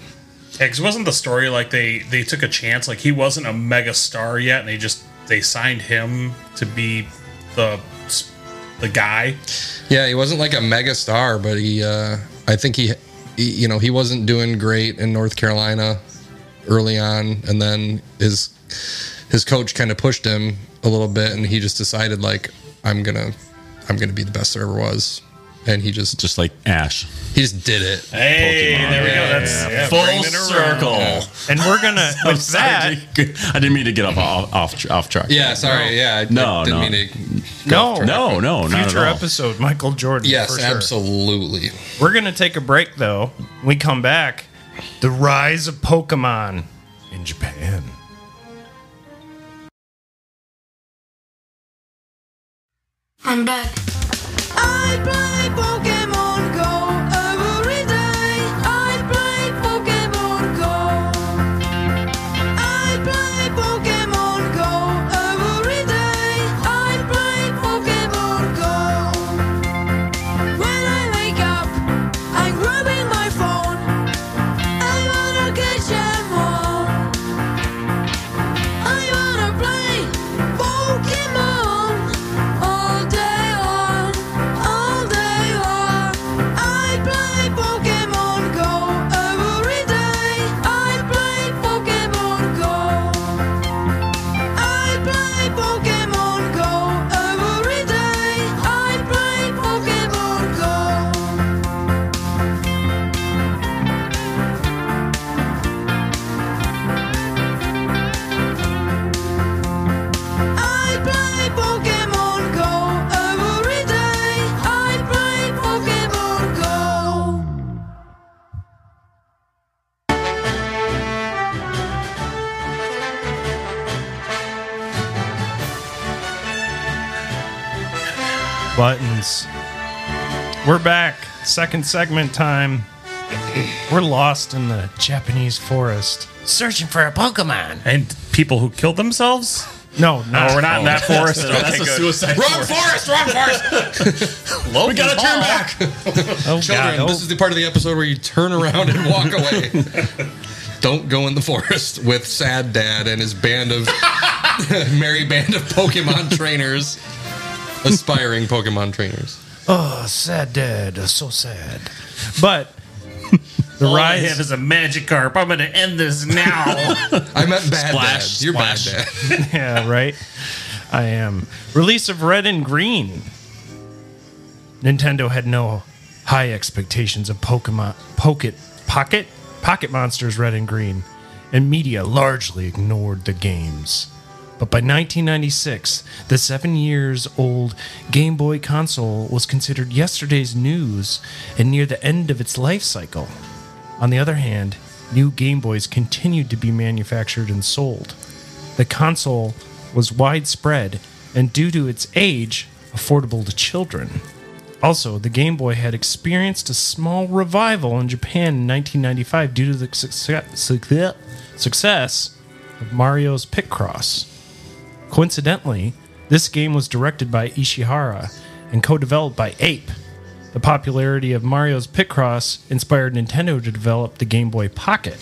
S3: Yeah, 'cause wasn't the story like they they took a chance? Like he wasn't a mega star yet, and they just they signed him to be the the guy.
S5: Yeah, he wasn't like a mega star, but he. Uh, I think he, he, you know, he wasn't doing great in North Carolina early on, and then his his coach kind of pushed him a little bit, and he just decided like I'm gonna I'm gonna be the best there ever was, and he just
S4: just like Ash.
S5: he just did it.
S3: Hey,
S4: Pokemon.
S3: there we go. That's
S4: Yeah.
S3: yeah, bringing
S4: Full
S3: it around.
S4: circle.
S6: And we're gonna
S4: I'm
S6: with
S4: sorry,
S6: that.
S4: Jake. I didn't mean to get off off off, off track.
S5: Yeah, sorry. Yeah, I,
S4: No,
S5: I didn't
S4: no.
S5: mean to.
S6: No,
S4: No, no, not
S6: Future
S4: at all.
S6: episode, Michael Jordan.
S5: Yes,
S6: for sure.
S5: absolutely.
S6: We're gonna take a break though. We come back. The rise of Pokemon in Japan.
S9: I'm back. I play Pokemon Go every day. I play Pokemon Go. I play Pokemon Go every day. I play Pokemon Go. When I wake up, I'm grabbing my phone. I wanna catch 'em all. I wanna play Pokemon all day long, all day long. I play Pokemon Go every day. I play Pokemon Go. I play Pokemon Go every day. I play Pokemon Go. I play Pokemon Go every day. I play Pokemon Go.
S6: Buttons. We're back. Second segment time. We're lost in the Japanese forest.
S8: Searching for a Pokemon.
S3: And people who killed themselves?
S6: No, not
S3: Oh, we're not in that forest. Okay,
S4: That's a
S3: good.
S4: suicide.
S5: Wrong forest, wrong forest.
S4: we gotta turn back.
S6: Oh,
S5: Children,
S6: God. Oh,
S5: this is the part of the episode where you turn around and walk away. Don't go in the forest with Sad Dad and his band of merry band of Pokemon trainers, aspiring Pokemon trainers.
S6: oh, sad dad. So sad. But the
S8: All I
S6: rise.
S8: have is a Magikarp. I'm going to end this now.
S5: I meant bad
S4: Splash,
S5: dad. You're
S4: splash.
S5: bad dad.
S6: yeah, right. I am. Release of Red and Green. Nintendo had no high expectations of Pokemon Pocket Pocket Pocket Monsters Red and Green, and media largely ignored the games. But by 1996, the seven years old Game Boy console was considered yesterday's news and near the end of its life cycle. On the other hand, new Game Boys continued to be manufactured and sold. The console was widespread and, due to its age, affordable to children. Also, the Game Boy had experienced a small revival in Japan in 1995 due to the success, success- success of Mario's Pit Cross. Coincidentally, this game was directed by Ishihara and co developed by Ape. The popularity of Mario's Pit Cross inspired Nintendo to develop the Game Boy Pocket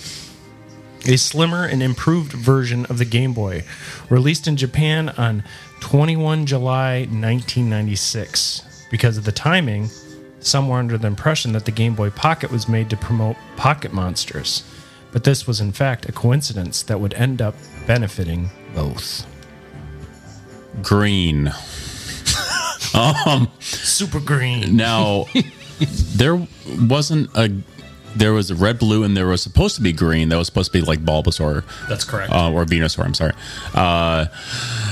S6: a slimmer and improved version of the Game Boy, released in Japan on 21 July 1996. Because of the timing, some were under the impression that the Game Boy Pocket was made to promote Pocket Monsters, but this was in fact a coincidence that would end up benefiting both.
S4: Green.
S6: Super Green.
S4: Now, there wasn't a. There was a red, blue, and there was supposed to be green. That was supposed to be like Bulbasaur
S3: That's correct.
S4: uh, or Venusaur. I'm sorry. Uh,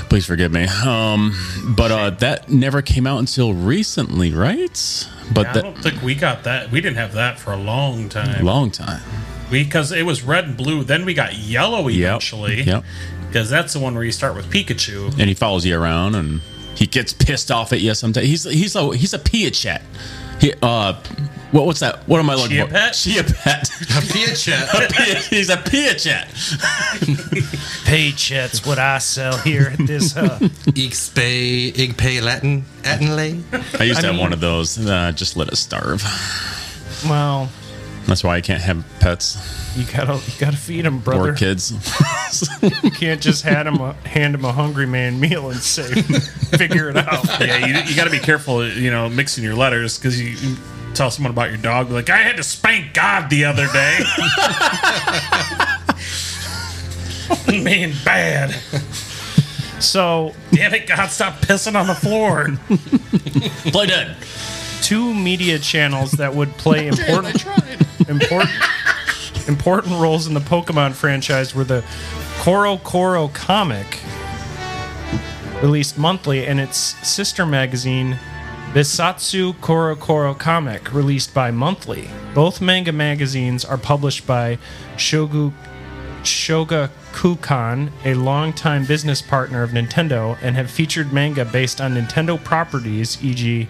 S4: please forgive me. Um, but uh, that never came out until recently, right? But
S3: I
S4: that
S3: don't think we got that. We didn't have that for a long time.
S4: long time.
S3: because it was red and blue. Then we got yellow eventually.
S4: Yep.
S3: Because that's the one where you start with Pikachu.
S4: and he follows you around and he gets pissed off at you sometimes. He's he's a he's a Piachet. He uh what what's that? What am I looking for?
S3: Chiapet?
S4: Chia pet.
S5: Pia chat.
S4: he's a Piachet.
S6: Paychecks, what I sell here at this uh, hub.
S5: Ixpay, Igpay Latin, Atenlay.
S4: I used to have
S6: mean-
S4: one of those. Uh, just let it starve.
S6: well,
S4: That's why I can't have pets
S6: you gotta you gotta feed them,
S4: or
S6: brother.
S4: kids.
S6: You can't just hand him a, hand him a hungry man meal and say, figure it out.
S3: yeah, you, you got to be careful, you know, mixing your letters because you, you tell someone about your dog, like, I had to spank God the other day. Man, bad.
S6: So
S3: Damn it, God, stop pissing on the floor.
S4: Play dead.
S6: two media channels that would play important important important roles in the Pokemon franchise were the Koro Koro comic released monthly and its sister magazine Bisatsu Koro Koro comic released by monthly. Both manga magazines are published by Shogu Shoga Kukan, a longtime business partner of Nintendo, and have featured manga based on Nintendo properties, e e.g.,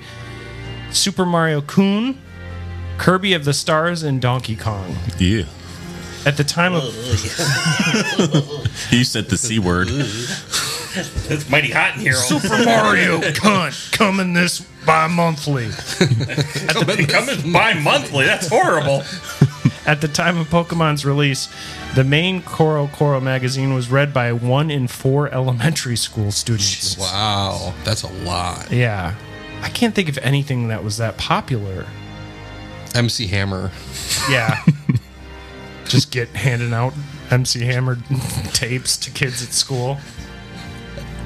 S6: Super Mario Kun, Kirby of the Stars, and Donkey Kong.
S4: Yeah.
S6: At the time of
S4: You said the C word.
S1: It's mighty hot in here.
S6: Super Mario Cunt coming this bi monthly.
S1: Coming bi-monthly. That's horrible.
S6: At the time of Pokemon's release, the main Koro Koro magazine was read by one in four elementary school students.
S5: Wow, that's a lot.
S6: Yeah. I can't think of anything that was that popular.
S5: MC Hammer.
S6: Yeah. Just get handing out MC Hammer tapes to kids at school.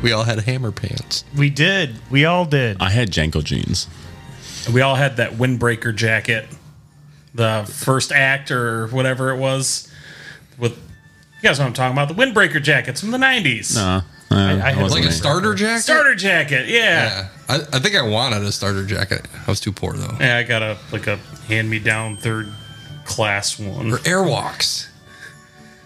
S5: We all had hammer pants.
S6: We did. We all did.
S4: I had Janko jeans.
S3: We all had that windbreaker jacket, the first act or whatever it was. With you guys know what I'm talking about? The windbreaker jackets from the '90s.
S4: Uh, uh, I,
S6: I had
S4: wasn't
S5: Like a
S4: there.
S5: starter jacket?
S3: Starter jacket, yeah.
S5: Yeah. I, I think I wanted a starter jacket. I was too poor though.
S3: yeah. I got a like a hand-me-down third class one.
S5: Or airwalks.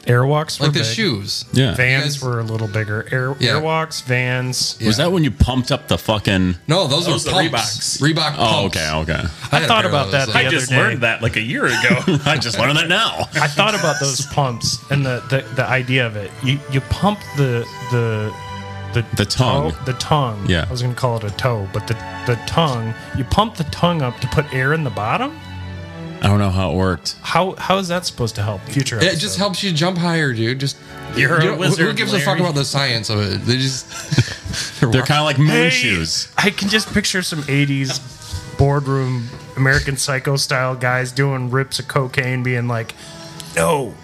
S6: Airwalks were
S5: Like the
S6: big.
S5: shoes.
S4: Yeah.
S6: Vans
S5: Yes.
S6: were a little bigger. Air,
S5: Yeah.
S6: Airwalks, Vans.
S4: Was that when you pumped up the fucking?
S5: No, those,
S3: Those
S5: were
S3: are
S5: pumps. Reebok. Reebok
S4: Oh,
S5: pumps.
S4: okay, okay.
S5: I, had a
S6: thought
S5: pair of
S6: about
S5: those,
S6: that
S5: like-
S3: I
S6: other
S3: just
S6: day.
S3: learned that like a year ago.
S4: I just learned that now.
S6: I thought about those pumps and the, the, the idea of it. You you pump the the the,
S4: The tongue.
S6: toe- the tongue.
S4: Yeah.
S6: I was gonna call it a toe, but the the tongue. You pump the tongue up to put air in the bottom.
S4: I don't know how it worked.
S6: How how is that supposed to help future?
S5: It just helps you jump higher, dude. Just
S3: You're a
S5: you know, who- Who
S3: wizard,
S5: gives a fuck
S3: Larry.
S5: about the science of it? They just
S4: They're kind of like moon
S6: Hey,
S4: shoes.
S6: I can just picture some '80s boardroom American Psycho style guys doing rips of cocaine, being like, "No,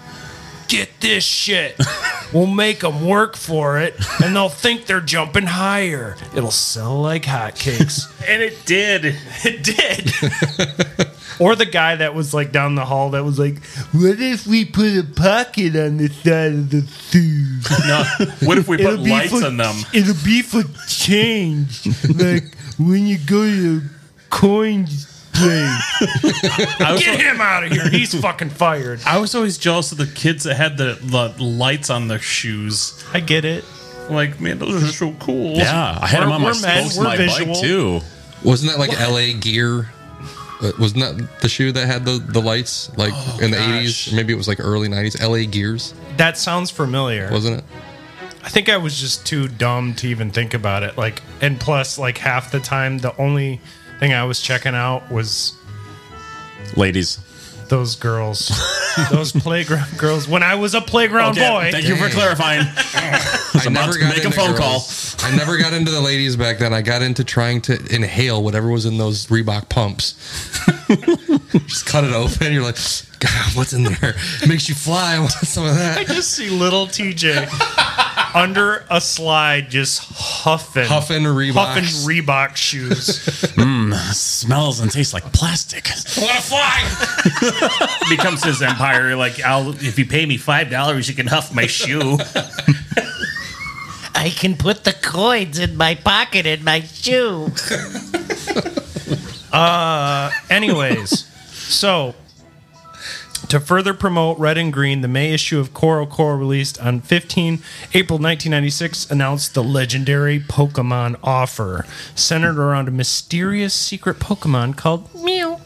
S6: get this shit. We'll make them work for it, and they'll think they're jumping higher. It'll sell like hotcakes."
S3: and it did.
S6: it did. or the guy that was like down the hall that was like, "What if we put a pocket on the side of the shoes?"
S3: No, what if we put lights
S6: for,
S3: on them?
S6: It'll be for change. like when you go to the coins place. Get him out of here. He's fucking fired.
S3: I was always jealous of the kids that had the, the lights on their shoes.
S6: I get it.
S3: Like, man, those are so cool.
S4: Yeah, I had
S6: We're-
S4: them on my
S6: we're men,
S4: both
S6: we're
S4: my
S6: visual.
S4: bike too.
S5: wasn't that like LA Gear? Uh, Wasn't that the shoe that had the, the lights like
S6: Oh,
S5: in the eighties? Maybe it was like early nineties. LA Gears,
S6: That sounds familiar.
S5: wasn't it?
S6: I think I was just too dumb to even think about it. Like, and plus, like half the time, the only thing I was checking out was
S4: Ladies,
S6: those girls, those playground girls. When I was a playground
S4: Okay,
S6: Oh, boy,
S4: Thank you for clarifying.
S5: I
S4: about to make a
S5: into
S4: phone
S5: I never got into the ladies back then. I got into trying to inhale whatever was in those Reebok pumps. Just cut it open. You're like, God, what's in there? Makes you fly. I want some of
S6: I
S5: that.
S6: just see little TJ under a slide just huffing.
S5: Huffing Reeboks.
S6: Huffing Reebok shoes.
S4: Smells and tastes like plastic.
S3: want to fly. Becomes his empire. Like, I'll if you pay me five dollars, you can huff my shoe.
S8: I can put the coins in my pocket in my shoe.
S6: Anyways, so to further promote Red and Green, the May issue of Coro Coro released on 15 April 1996 announced the legendary Pokemon offer, centered around a mysterious secret Pokemon called Mew.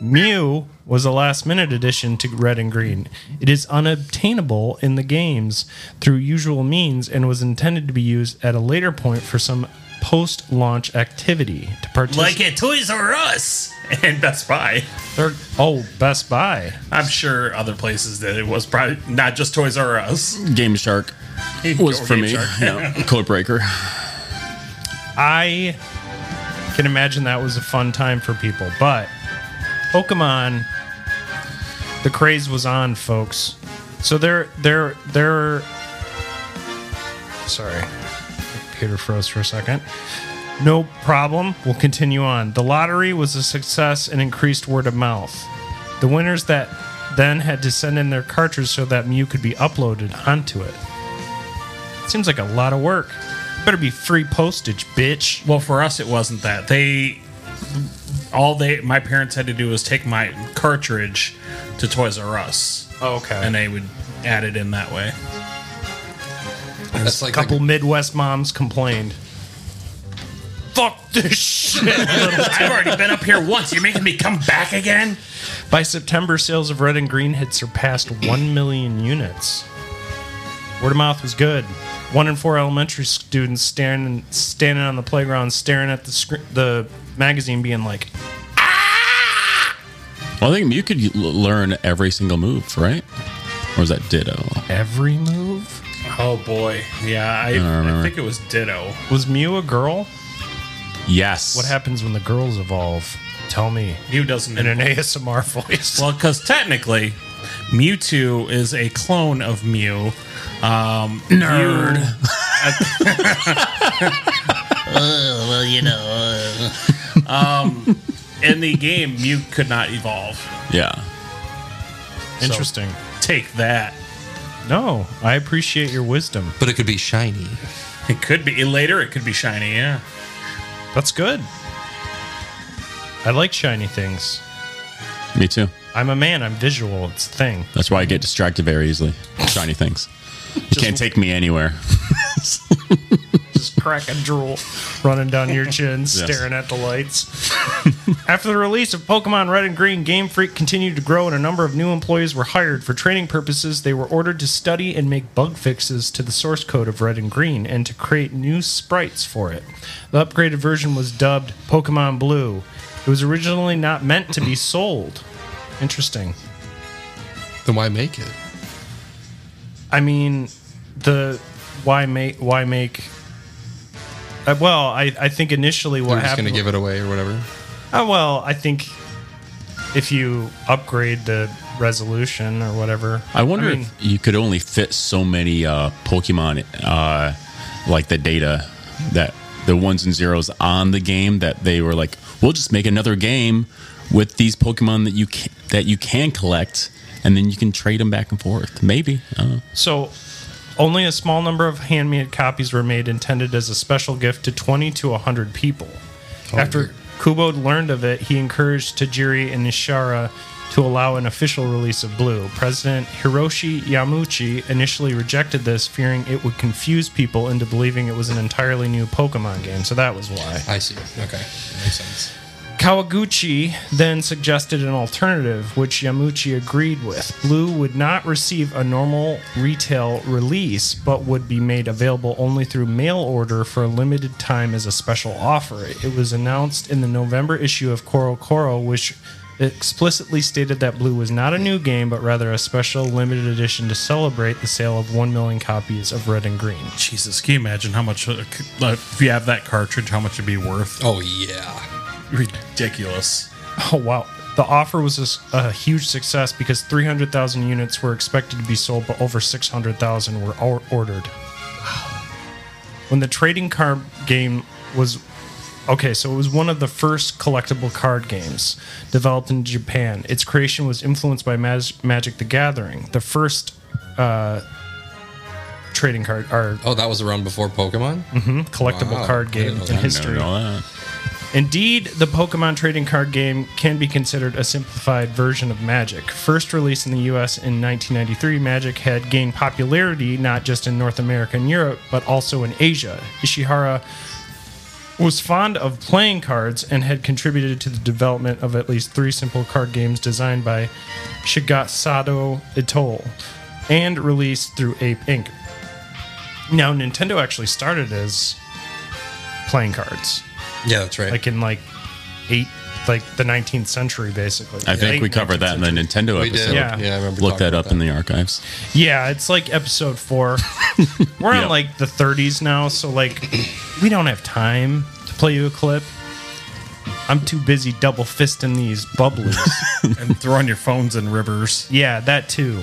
S6: Mew was a last minute addition to Red and Green. It is unobtainable in the games through usual means and was intended to be used at a later point for some post launch activity to participate.
S3: like at Toys R Us and Best Buy.
S6: They're- oh, Best Buy.
S3: I'm sure other places that it was probably not just Toys R Us.
S4: Game Shark was for
S3: Game
S4: me.
S3: Shark.
S4: Yeah, Code Breaker.
S6: I can imagine that was a fun time for people, but Pokemon, the craze was on, folks. So they're they're they're sorry, computer froze for a second. No problem. We'll continue on. The lottery was a success and increased word of mouth. The winners that then had to send in their cartridge so that Mew could be uploaded onto it. Seems like a lot of work. Better be free postage, bitch.
S3: Well, for us, it wasn't that. They all they my parents had to do was take my cartridge to Toys R Us,
S6: Okay.
S3: and they would add it in that way.
S5: That's like,
S6: couple Midwest moms complained. Fuck this shit.
S3: I've already been up here once. You're making me come back again.
S6: By September, sales of red and green had surpassed 1 million units. Word of mouth was good. One in four elementary students standing standing on the playground, staring at the screen, the magazine, being like,
S4: Well, I think you could l- learn every single move, right? Or is that Ditto?
S6: "Every move
S3: Oh boy, yeah. I,
S4: don't
S3: I,
S4: remember.
S3: think it was Ditto.
S6: was Mew a girl?
S4: Yes.
S6: What happens when the girls evolve? Tell me."
S3: Mew doesn't.
S6: In an ASMR voice.
S3: Well, because technically, Mewtwo is a clone of Mew. Um, Nerd.
S8: Uh, well, you know. uh,
S3: Um, in the game, Mew could not evolve.
S4: Yeah.
S6: Interesting.
S3: Take that.
S6: No, I appreciate your wisdom.
S5: but it could be shiny.
S3: It could be later. It could be shiny. Yeah.
S6: That's good. I like shiny things.
S4: Me too.
S6: I'm a man. I'm visual. It's a thing.
S4: That's why I get distracted very easily. Shiny things. You can't take me anywhere.
S6: Just crack a drool running down your chin, staring at the lights. After the release of Pokemon Red and Green, Game Freak continued to grow, and a number of new employees were hired. For training purposes, they were ordered to study and make bug fixes to the source code of Red and Green and to create new sprites for it. The upgraded version was dubbed Pokemon Blue. It was originally not meant to be sold. Interesting.
S5: Then why make it?
S6: I mean, the why make why make. Uh, well, I, I think initially what
S5: They're just
S6: happened.
S5: going to give it away or whatever.
S6: Uh, well, I think if you upgrade the resolution or whatever,
S4: I wonder
S6: mean,
S4: if you could only fit so many uh, Pokemon, uh, like the data that the ones and zeros on the game that they were like, we'll just make another game with these Pokemon that you can, that you can collect, and then you can trade them back and forth. Maybe. I don't know.
S6: so. Only a small number of handmade copies were made, intended as a special gift to 20 to 100 people. After Kubo learned of it, he encouraged Tajiri and Nishara to allow an official release of Blue. President Hiroshi Yamuchi initially rejected this, fearing it would confuse people into believing it was an entirely new Pokemon game, so that was why.
S5: I see. Okay. Makes sense.
S6: Kawaguchi then suggested an alternative, which Yamuchi agreed with. Blue would not receive a normal retail release, but would be made available only through mail order for a limited time as a special offer. It was announced in the November issue of Koro Koro, which explicitly stated that Blue was not a new game, but rather a special limited edition to celebrate the sale of 1 million copies of Red and Green.
S3: Jesus, can you imagine how much? uh, c- like, if you have that cartridge, how much it'd be worth?
S5: Oh, yeah.
S3: Ridiculous.
S6: Oh wow! The offer was a s- a, huge success because 300,000 units were expected to be sold, but over 600,000 were or- ordered. When the trading card game was okay, so it was one of the first collectible card games developed in Japan. Its creation was influenced by Mag- Magic: The Gathering, the first uh, trading card or
S5: Oh, that was around before Pokemon?
S6: collectible
S5: Oh, Wow, I
S6: card
S5: didn't
S6: game
S5: know
S6: in
S5: that. I
S4: I don't
S6: history.
S4: know that.
S6: Indeed, the Pokemon trading card game can be considered a simplified version of Magic. First released in the US in 1993, Magic had gained popularity not just in North America and Europe, but also in Asia. Ishihara was fond of playing cards and had contributed to the development of at least three simple card games designed by Shigesato Itol and released through Ape Inc. Now, Nintendo actually started as playing cards
S5: Yeah, that's right.
S6: like in like eight like the 19th century basically
S4: I think we covered that in the Nintendo
S5: we did.
S4: episode.
S6: Yeah.
S5: I remember.
S4: Look
S5: talking
S4: that up
S5: about
S4: in the archives.
S6: yeah it's like episode four we're on
S4: Yep.
S6: like the 30s now so like we don't have time to play you a clip i'm too busy double fisting these bubblies
S3: and throwing your phones in rivers.
S6: Yeah, that too.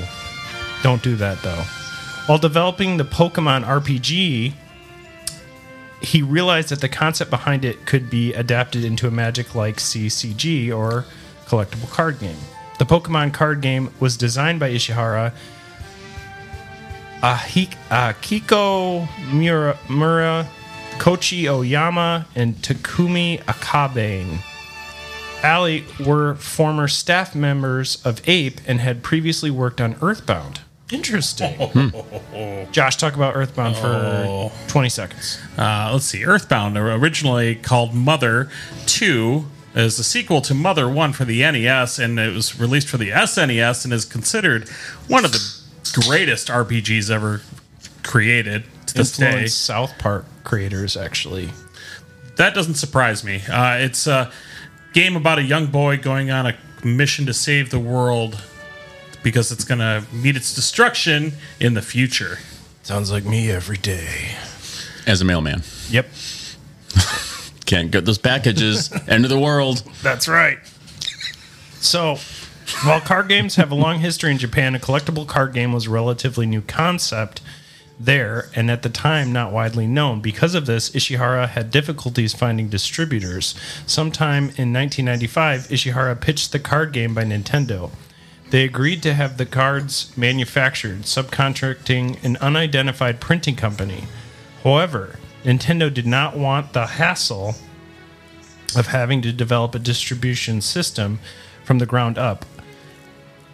S6: Don't do that though. While developing the Pokemon RPG, he realized that the concept behind it could be adapted into a magic like CCG or collectible card game. The Pokemon card game was designed by Ishihara Ahik, uh, Kiko Mura, Mura, Kochi Oyama, and Takumi Akabe. Ali were former staff members of Ape and had previously worked on Earthbound. Interesting. Oh. Josh, talk about Earthbound for 20 seconds.
S3: Uh, let's see. Earthbound, originally called Mother 2, is a sequel to Mother 1 for the NES, and it was released for the SNES and is considered one of the greatest RPGs ever created to this day.
S6: Influenced South Park creators, actually.
S3: That doesn't surprise me. Uh, it's a game about a young boy going on a mission to save the world because it's going to meet its destruction in the future.
S6: Sounds like me every day.
S4: as a mailman.
S6: Yep.
S4: Can't get those packages. End of the world.
S6: That's right. So, while card games have a long history in Japan, a collectible card game was a relatively new concept there and at the time not widely known. Because of this, Ishihara had difficulties finding distributors. Sometime in 1995, Ishihara pitched the card game by Nintendo. They agreed to have the cards manufactured, subcontracting an unidentified printing company. However, Nintendo did not want the hassle of having to develop a distribution system from the ground up,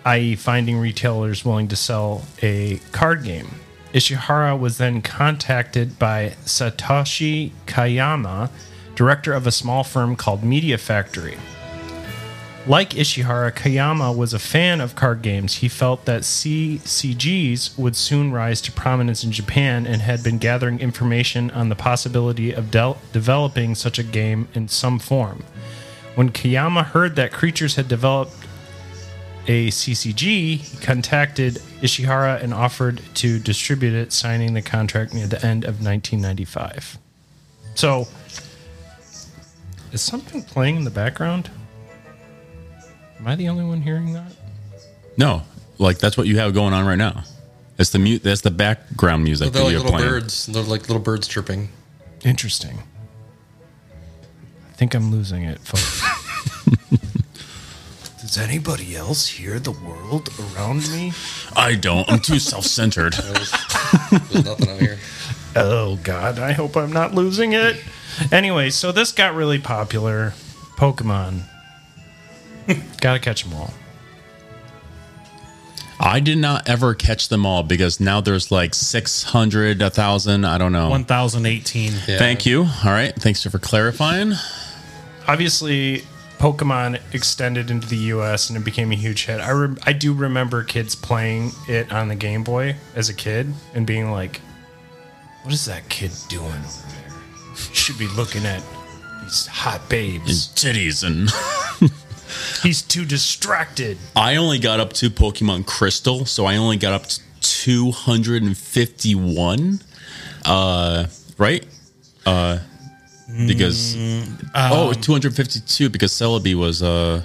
S6: i.e., finding retailers willing to sell a card game. Ishihara was then contacted by Satoshi Kayama, director of a small firm called Media Factory. Like Ishihara, Kayama was a fan of card games. He felt that CCGs would soon rise to prominence in Japan and had been gathering information on the possibility of del- developing such a game in some form. When Kayama heard that creatures had developed a CCG, he contacted Ishihara and offered to distribute it, signing the contract near the end of 1995. So, is something playing in the background? Am I the only one hearing that?
S4: No, like that's what you have going on right now. It's the mute. That's the background music
S5: They're
S4: that
S5: like
S4: you're
S5: little
S4: playing.
S5: birds. They're like little birds chirping.
S6: Interesting. I think I'm losing it, folks. Does anybody else hear the world around me?
S4: I don't. I'm too self-centered.
S5: There's nothing out here.
S6: Oh God, I hope I'm not losing it. Anyway, so this got really popular. Pokemon. Gotta catch them all.
S4: I did not ever catch them all because now there's like 600, 1,000. I don't know.
S3: 1018.
S5: Yeah.
S4: Thank you. All right. Thanks for clarifying.
S6: Obviously, Pokemon extended into the U.S. and it became a huge hit. I rem I do remember kids playing it on the Game Boy as a kid and being like, "What is that kid doing over there? You should be looking at these hot babes.
S4: Titties and Mm.
S6: He's too distracted."
S4: I only got up to Pokemon Crystal, so I only got up to 251. Uh, right? Uh, because oh, 252 because Celebi was uh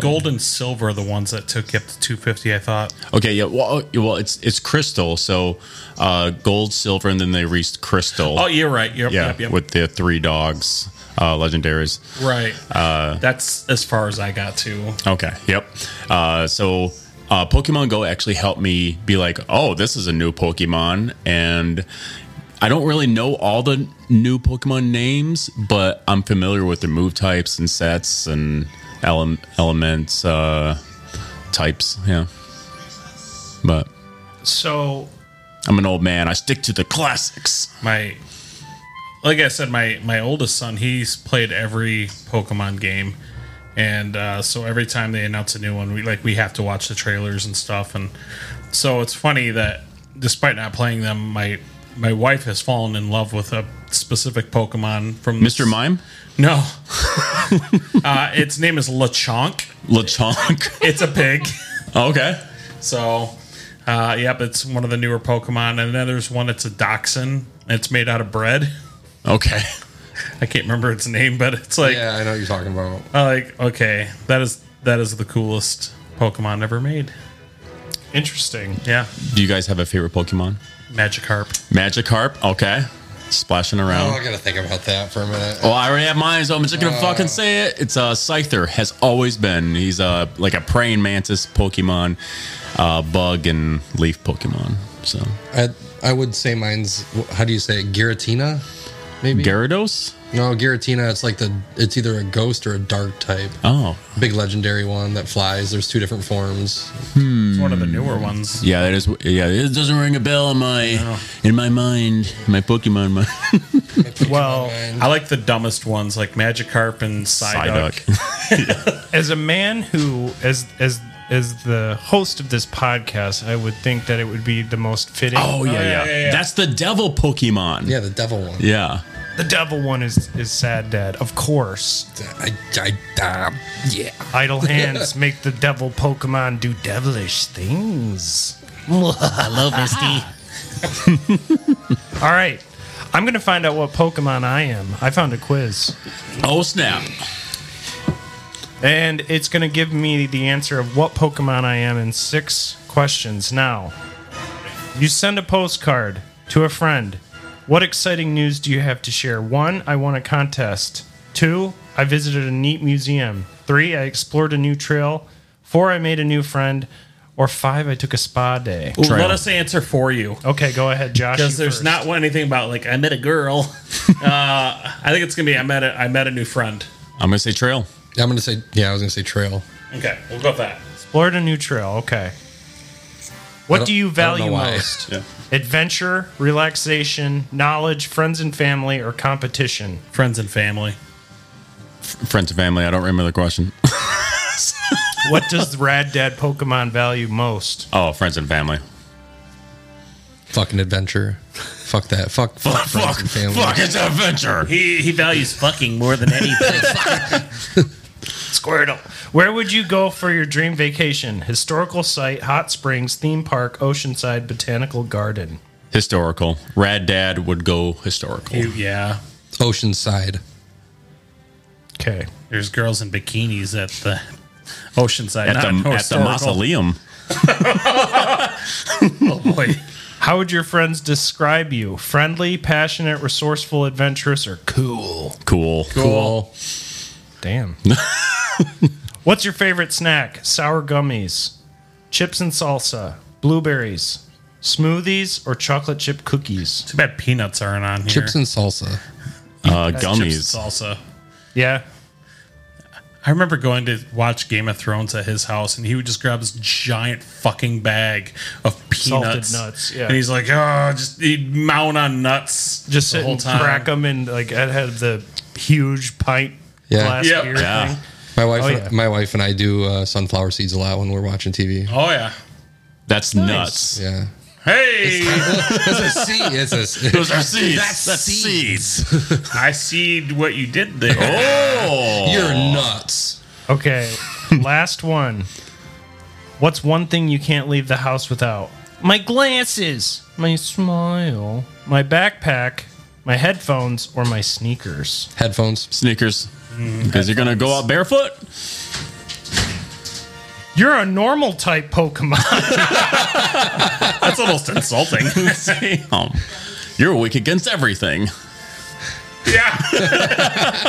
S3: Gold and silver are the ones that took you up to 250, I thought.
S4: okay, yeah. Well, oh, well, it's it's crystal, so uh gold, silver and then they reached crystal.
S3: Oh, you're right. Yep,
S4: yeah,
S3: yep, yep.
S4: with the three dogs, uh legendaries.
S3: Right.
S4: uh,
S3: That's as far as I got to.
S4: Okay. Yep. Uh, so uh, Pokemon Go actually helped me be like, oh, this is a new Pokemon, and I don't really know all the new Pokemon names, but I'm familiar with their move types and sets and ele- elements uh, types. Yeah. But
S6: So
S4: I'm an old man. I stick to the classics.
S3: My, like I said, my my oldest son, he's played every Pokemon game, and uh, so every time they announce a new one, we like we have to watch the trailers and stuff, and so it's funny that despite not playing them, my my wife has fallen in love with a specific Pokemon from this-
S4: Mr. Mime,
S3: No, uh, its name is Lechonk.
S4: Lechonk. Oh,
S3: It's a pig.
S4: okay.
S3: So, uh, yep, it's one of the newer Pokemon, and then there's one that's a Dachshund. and It's made out of bread.
S4: Okay.
S3: I can't remember its name, but it's like,
S5: Yeah, I know what you're talking about.
S3: I like okay, that is that is the coolest Pokemon ever made.
S6: interesting.
S3: Yeah,
S4: Do you guys have a favorite Pokemon?
S3: Magikarp.
S4: Magikarp. Okay. splashing around.
S5: Oh, I gotta think about that for a minute.
S4: Well, I already have mine, so I'm just gonna fucking say it. It's uh, Scyther has always been. He's uh, like a praying mantis Pokemon, uh, bug and leaf Pokemon. So
S5: I, I would say mine's how do you say it? Giratina? Maybe
S4: Gyarados.
S5: no Giratina. It's like the it's either a ghost or a dark type.
S4: Oh,
S5: Big legendary one that flies. There's two different forms.
S3: It's one of the newer ones.
S4: yeah, that is. Yeah, it doesn't ring a bell in my in my mind, in my Pokemon mind.
S6: Well,
S3: I like the dumbest ones, like Magikarp and Psyduck.
S6: as a man who as as as the host of this podcast, I would think that it would be the most fitting.
S4: Oh yeah, yeah,
S3: yeah, yeah.
S4: That's the devil Pokemon.
S5: Yeah, the devil one.
S4: Yeah.
S6: The devil one is is sad dad. Of course.
S5: I, I, uh, yeah.
S6: Idle hands make the devil Pokemon do devilish things.
S8: Hello, Misty.
S6: All right. I'm going to find out what Pokemon I am. I found a quiz.
S4: Oh snap.
S6: And it's going to give me the answer of what Pokemon I am in six questions. Now, you send a postcard to a friend. What exciting news do you have to share? One, I won a contest. Two, I visited a neat museum. Three, I explored a new trail. Four, I made a new friend. Or five, I took a spa day.
S3: Ooh,
S4: Trail.
S3: Let us answer for you.
S6: Okay, go ahead, Josh.
S3: Because
S6: you
S3: there's
S6: first.
S3: not one- anything about like I met a girl. uh, I think it's gonna be I met a I met a new friend.
S4: I'm gonna say trail.
S5: I'm gonna say yeah. I was gonna say trail.
S3: Okay, we'll go with that.
S6: Florida new trail. Okay.
S5: I
S6: What
S5: don't-
S6: do you
S5: I don't know
S6: value
S5: why.
S6: most?
S4: Yeah.
S6: Adventure, relaxation, knowledge, friends and family, or competition?
S3: Friends and family.
S4: Friends and family. I don't remember the question.
S6: What does Rad Dad Pokemon value most?
S4: Oh, friends and family.
S5: Fucking adventure. Fuck that. Fuck. Fuck. friends
S4: Fuck.
S5: and family.
S4: Fuck. It's an adventure.
S8: He, he values fucking more than anything.
S6: Squirtle. Where would you go for your dream vacation? Historical site, hot springs, theme park, oceanside, botanical garden.
S4: Historical. Rad Dad would go historical.
S3: You- yeah.
S5: Oceanside.
S6: Okay.
S3: There's girls in bikinis at the oceanside.
S4: at
S3: not
S4: the, at the
S3: historical.
S4: mausoleum.
S3: Oh boy.
S6: How would your friends describe you? Friendly, passionate, resourceful, adventurous, or cool?
S4: Cool.
S5: Cool.
S6: Damn. What's your favorite snack? Sour gummies, chips and salsa, blueberries, smoothies, or chocolate chip cookies?
S3: Too bad peanuts aren't on here.
S5: Chips and salsa.
S4: Uh,
S3: Chips
S4: gummies.
S3: and salsa.
S6: Yeah.
S3: I remember going to watch Game of Thrones at his house, and he would just grab this giant fucking bag of peanuts,
S6: nuts, yeah.
S3: and he's like, "Oh, just he'd mount on nuts
S6: Just
S3: the
S6: sit
S3: whole
S6: and
S3: time."
S6: crack them and like I'd have the huge pint
S5: Yeah.
S6: glass
S3: Yep.
S6: beer
S4: Yeah.
S6: thing.
S5: My wife.
S6: Oh,
S5: and-
S6: yeah.
S5: My wife and I do uh, sunflower seeds a lot when we're watching TV.
S3: Oh yeah,
S4: That's nuts.
S5: Yeah.
S3: hey,
S5: it's a seed. It's a.
S4: Those are seeds.
S5: That's
S4: seeds.
S3: I see what you did there.
S4: Oh.
S5: You're nuts.
S6: Okay. Last one. What's one thing you can't leave the house without? My glasses, my smile, my backpack, my headphones, or my sneakers.
S5: Headphones.
S4: Sneakers. Because you're going to go out barefoot?
S6: You're a normal type Pokemon.
S3: That's almost insulting.
S4: Damn. Um, You're weak against everything.
S3: yeah,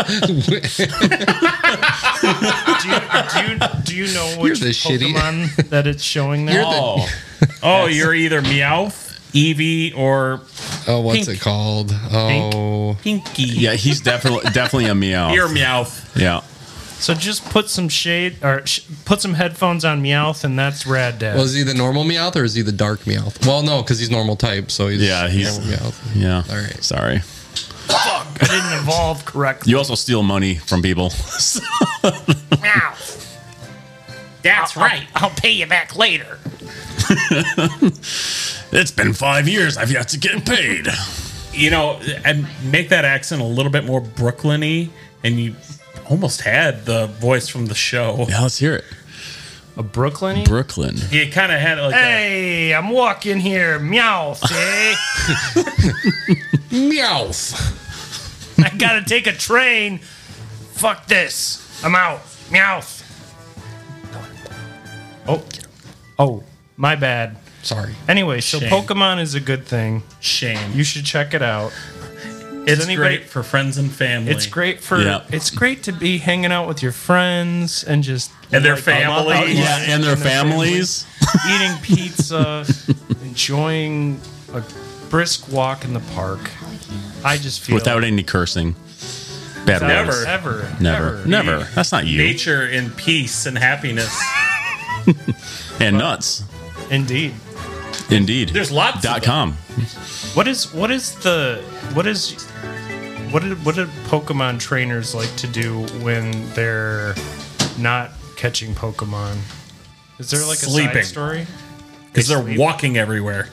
S6: do, you, do, you, do you know which
S5: the shitty-
S6: Pokemon that it's showing there?
S4: Oh.
S3: Oh, you're either Meowth, Eevee, or
S5: Oh, what's it called? Oh,
S3: Pinky.
S4: Yeah, he's definitely definitely a meow.
S3: You're Meowth.
S4: yeah.
S6: So just put some shade or sh- put some headphones on Meowth, and that's rad, Dad.
S5: well, Oh, is he the normal Meowth or is he the dark Meowth? Well, no, because he's normal type, so he's
S4: Yeah, he's-
S5: normal Meowth.
S4: Yeah.
S5: All right.
S4: Sorry.
S6: I didn't evolve correctly.
S4: You also steal money from people.
S8: That's right. I'll pay you back later.
S4: it's been five years. I've yet to get paid.
S3: You know, and make that accent a little bit more Brooklyn-y, and you almost had the voice from the show.
S4: Yeah, let's hear it.
S6: A Brooklyn?
S4: Brooklyn.
S3: You kind of had like a,
S6: hey, I'm walking here, Meowth. Eh?
S5: Meowth.
S6: I gotta take a train. Fuck this. I'm out. Meowth. Oh, oh, my bad.
S5: Sorry.
S6: Anyway, so
S3: Shame.
S6: Pokemon is a good thing.
S3: shame.
S6: You should check it out.
S3: It's
S6: anybody-
S3: great for friends and family.
S6: It's great for
S4: Yeah.
S6: it's great to be hanging out with your friends and just
S3: And their
S6: like, I'm out- out
S3: families.
S4: Yeah, and their families.
S6: eating pizza, enjoying a brisk walk in the park. I just feel
S4: without any cursing. Bad
S3: Never.
S4: words.
S6: ever
S4: Never. Never. That's not you.
S3: Nature in peace and happiness.
S4: And nuts.
S6: Indeed.
S4: Indeed.
S3: There's lots.
S4: Dot
S3: of them.
S4: com.
S6: What is what is the what is what did what did Pokemon trainers like to do when they're not catching Pokemon? Is there like a
S3: Sleeping.
S6: side story?
S3: because they're
S6: sleep.
S3: walking everywhere.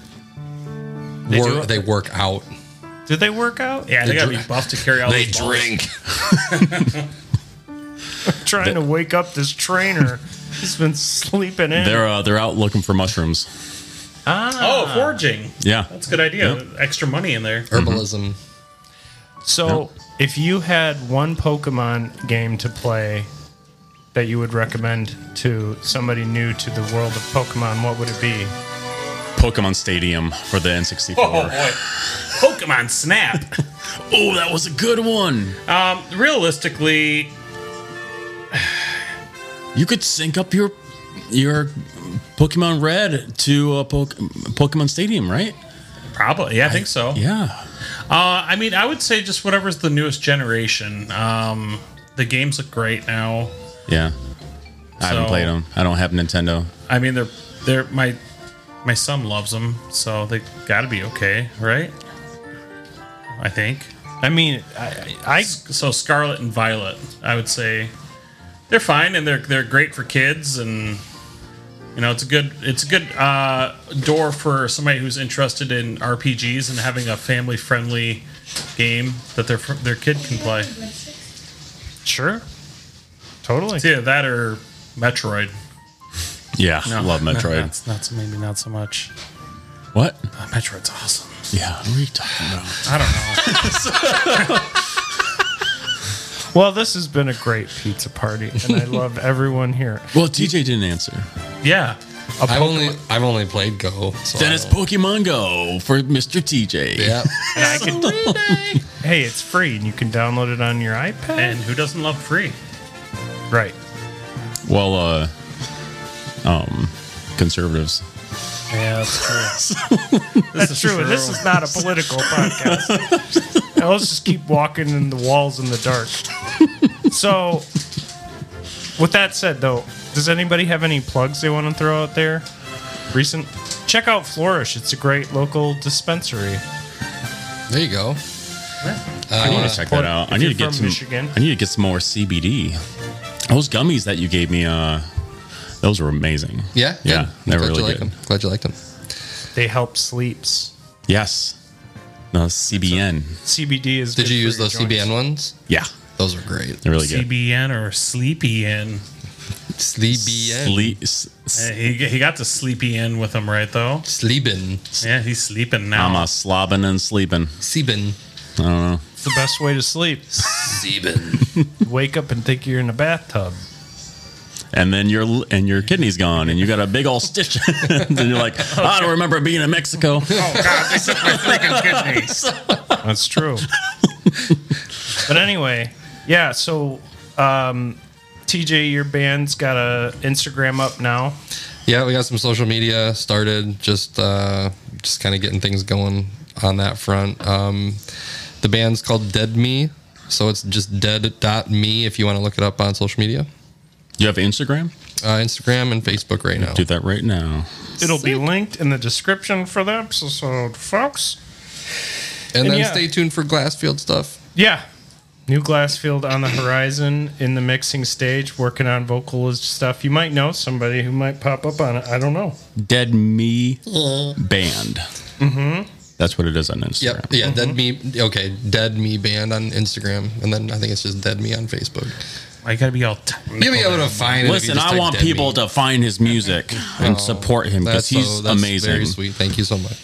S5: They,
S6: do
S5: work,
S6: it.
S5: they work out.
S6: Did they work out?
S3: Yeah, they
S5: They
S3: gotta
S5: dr-
S3: be buff to carry all.
S5: They
S3: those balls.
S5: drink.
S6: Trying to wake up this trainer. He's been sleeping in.
S4: They're uh, they're out looking for mushrooms.
S6: ah,
S3: Oh, foraging.
S4: Yeah.
S3: That's a good idea. Extra money in there.
S5: Herbalism.
S6: So, if you had one Pokemon game to play that you would recommend to somebody new to the world of Pokemon, what would it be?
S4: Pokemon Stadium for the N64.
S3: Oh boy, Pokemon Snap.
S4: Oh, that was a good one.
S3: Um, realistically,
S4: You could sync up your your Pokemon Red to a Poke, Pokemon Stadium, right?
S3: probably. Yeah, I think so.
S4: Yeah.
S3: Uh, I mean, I would say just whatever's the newest generation. Um, the games look great now.
S4: Yeah. I haven't
S3: So-
S4: played them. I don't have Nintendo.
S3: I mean, they're they're my my son loves them, so they got to be okay, right? I think.
S6: I mean, I, I
S3: So Scarlet and Violet, I would say they're fine and they're they're great for kids and you know, it's a good it's a good uh, door for somebody who's interested in RPGs and having a family friendly game that their fr- their kid can play.
S6: sure, totally.
S3: It's either that or Metroid.
S4: Yeah. Love Metroid.
S3: That's, that's maybe not so much.
S4: what?
S3: Uh, Metroid's awesome.
S4: Yeah. What are you talking about?
S3: I don't know.
S6: Well, this has been a great pizza party, and I love everyone here.
S4: Well, TJ didn't answer.
S3: yeah.
S5: I've only I've only played Go. So
S4: Then
S5: I
S4: it's
S5: don't-
S4: Pokemon Go for Mr. TJ.
S5: Yeah.
S6: And I can, hey, it's free, and you can download it on your iPad.
S3: And who doesn't love free?
S6: right.
S4: Well, uh, um, conservatives.
S6: Yeah, that's true. that's true. And this is not a political podcast. now let's just keep walking in the walls in the dark. So, with that said, though, does anybody have any plugs they want to throw out there? Recent? Check out Flourish. It's a great local dispensary.
S5: There you go.
S4: I need to check
S6: Well,
S4: that out.
S6: if
S4: I need
S6: you're
S4: to get
S6: from
S4: some.
S6: Michigan.
S4: I need to get some more CBD. Those gummies that you gave me, uh, those were amazing.
S5: Yeah.
S4: yeah,
S5: good.
S4: they were
S5: Glad
S4: really
S5: you like
S4: good.
S5: them. Glad you liked them.
S6: They help sleeps.
S4: Yes, the CBN.
S6: CBD is.
S5: Did
S6: good
S5: you
S6: for
S5: use
S6: your
S5: those
S6: joints.
S5: CBN ones?
S4: Yeah,
S5: Those are great.
S4: they're really good.
S3: CBN or Sleepy Inn.
S5: Sleebn.
S4: Sleep. s- s-
S3: Yeah, he, he got to Sleepy Inn with him, right, though?
S5: Sleebin.
S3: Yeah, he's sleeping now.
S4: I'm a slobbing and sleeping.
S5: Sebin.
S4: I don't know.
S6: It's the best way to sleep.
S5: Sebin.
S6: Wake up and think you're in a bathtub.
S4: And then your l- and your kidney's gone, and you got a big old stitch. and you're like, I don't remember being in Mexico.
S6: That's true. but anyway, yeah. So, um, TJ, your band's got a Instagram up now.
S5: Yeah, we got some social media started. Just uh, just kind of getting things going on that front. Um, the band's called Dead Me, so it's just dead dot me if you want to look it up on social media,
S4: You have Instagram?
S5: uh, Instagram and Facebook right now.
S4: Do that right now.
S6: It'll be linked in the description for the episode, folks.
S5: And,
S6: and
S5: then
S6: yeah.
S5: stay tuned for Glassfield stuff.
S6: Yeah. New Glassfield on the horizon in the mixing stage, working on vocalist stuff. You might know somebody who might pop up on it. I don't know.
S4: Dead Me Band. Mm-hmm. That's what it is on Instagram.
S5: Yep. Yeah. Dead Me. Okay. Dead Me Band on Instagram, and then I think it's just Dead Me on Facebook.
S3: I gotta be all tight.
S5: You'll be able to find it. if you
S4: Listen,
S5: just
S4: I
S5: type
S4: want
S5: Dead Me. Oh,
S4: people to find his music and support him because
S5: That's
S4: he's
S5: so- that's
S4: amazing.
S5: Very sweet. Thank you so much.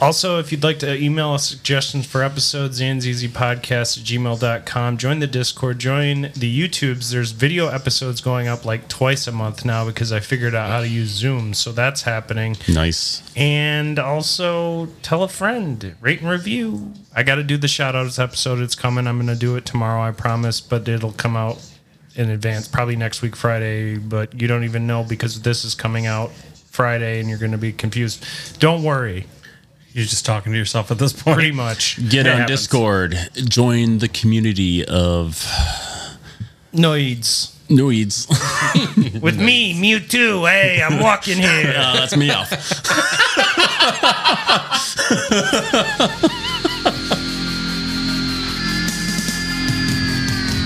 S6: Also, if you'd like to email us suggestions for episodes, zanzizypodcast at gmail.com. Join the Discord, join the YouTubes. There's video episodes going up like twice a month now because I figured out how to use Zoom, so that's happening.
S4: Nice.
S6: And also tell a friend, rate and review. I got to do the shout outs episode. It's coming. I'm going to do it tomorrow, I promise, but it'll come out in advance, probably next week, Friday. But you don't even know because this is coming out Friday and you're going to be confused. Don't worry,
S3: You're just talking to yourself at this point.
S6: pretty much.
S4: Get
S3: It
S4: on
S3: happens.
S4: Discord. Join the community of
S6: Noids.
S4: Noids.
S6: With me, Mewtwo. Hey, I'm walking here.
S4: Uh, that's me off.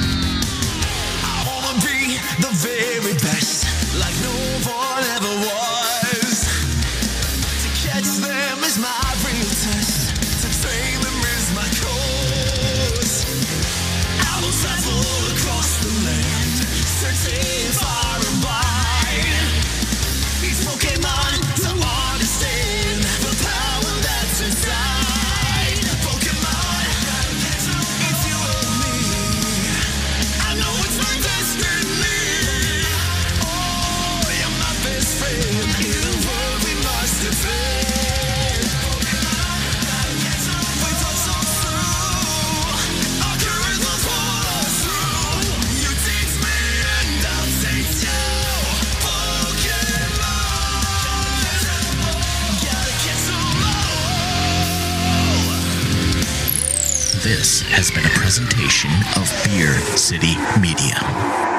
S10: I wanna be the very best, like no one ever was. To catch them is my real test, to train them is my cause. I will travel across the land, searching far and wide. Each Pokemon to understand the power that's inside. Pokemon, it's you and me. I know it's my destiny. Oh, you're my best friend in a world we must defend. We touch on through. Our current will pull us through. You teach me and I'll teach you. Pokemon. Gotta catch 'em all.
S8: This has been a presentation of Beer City Media.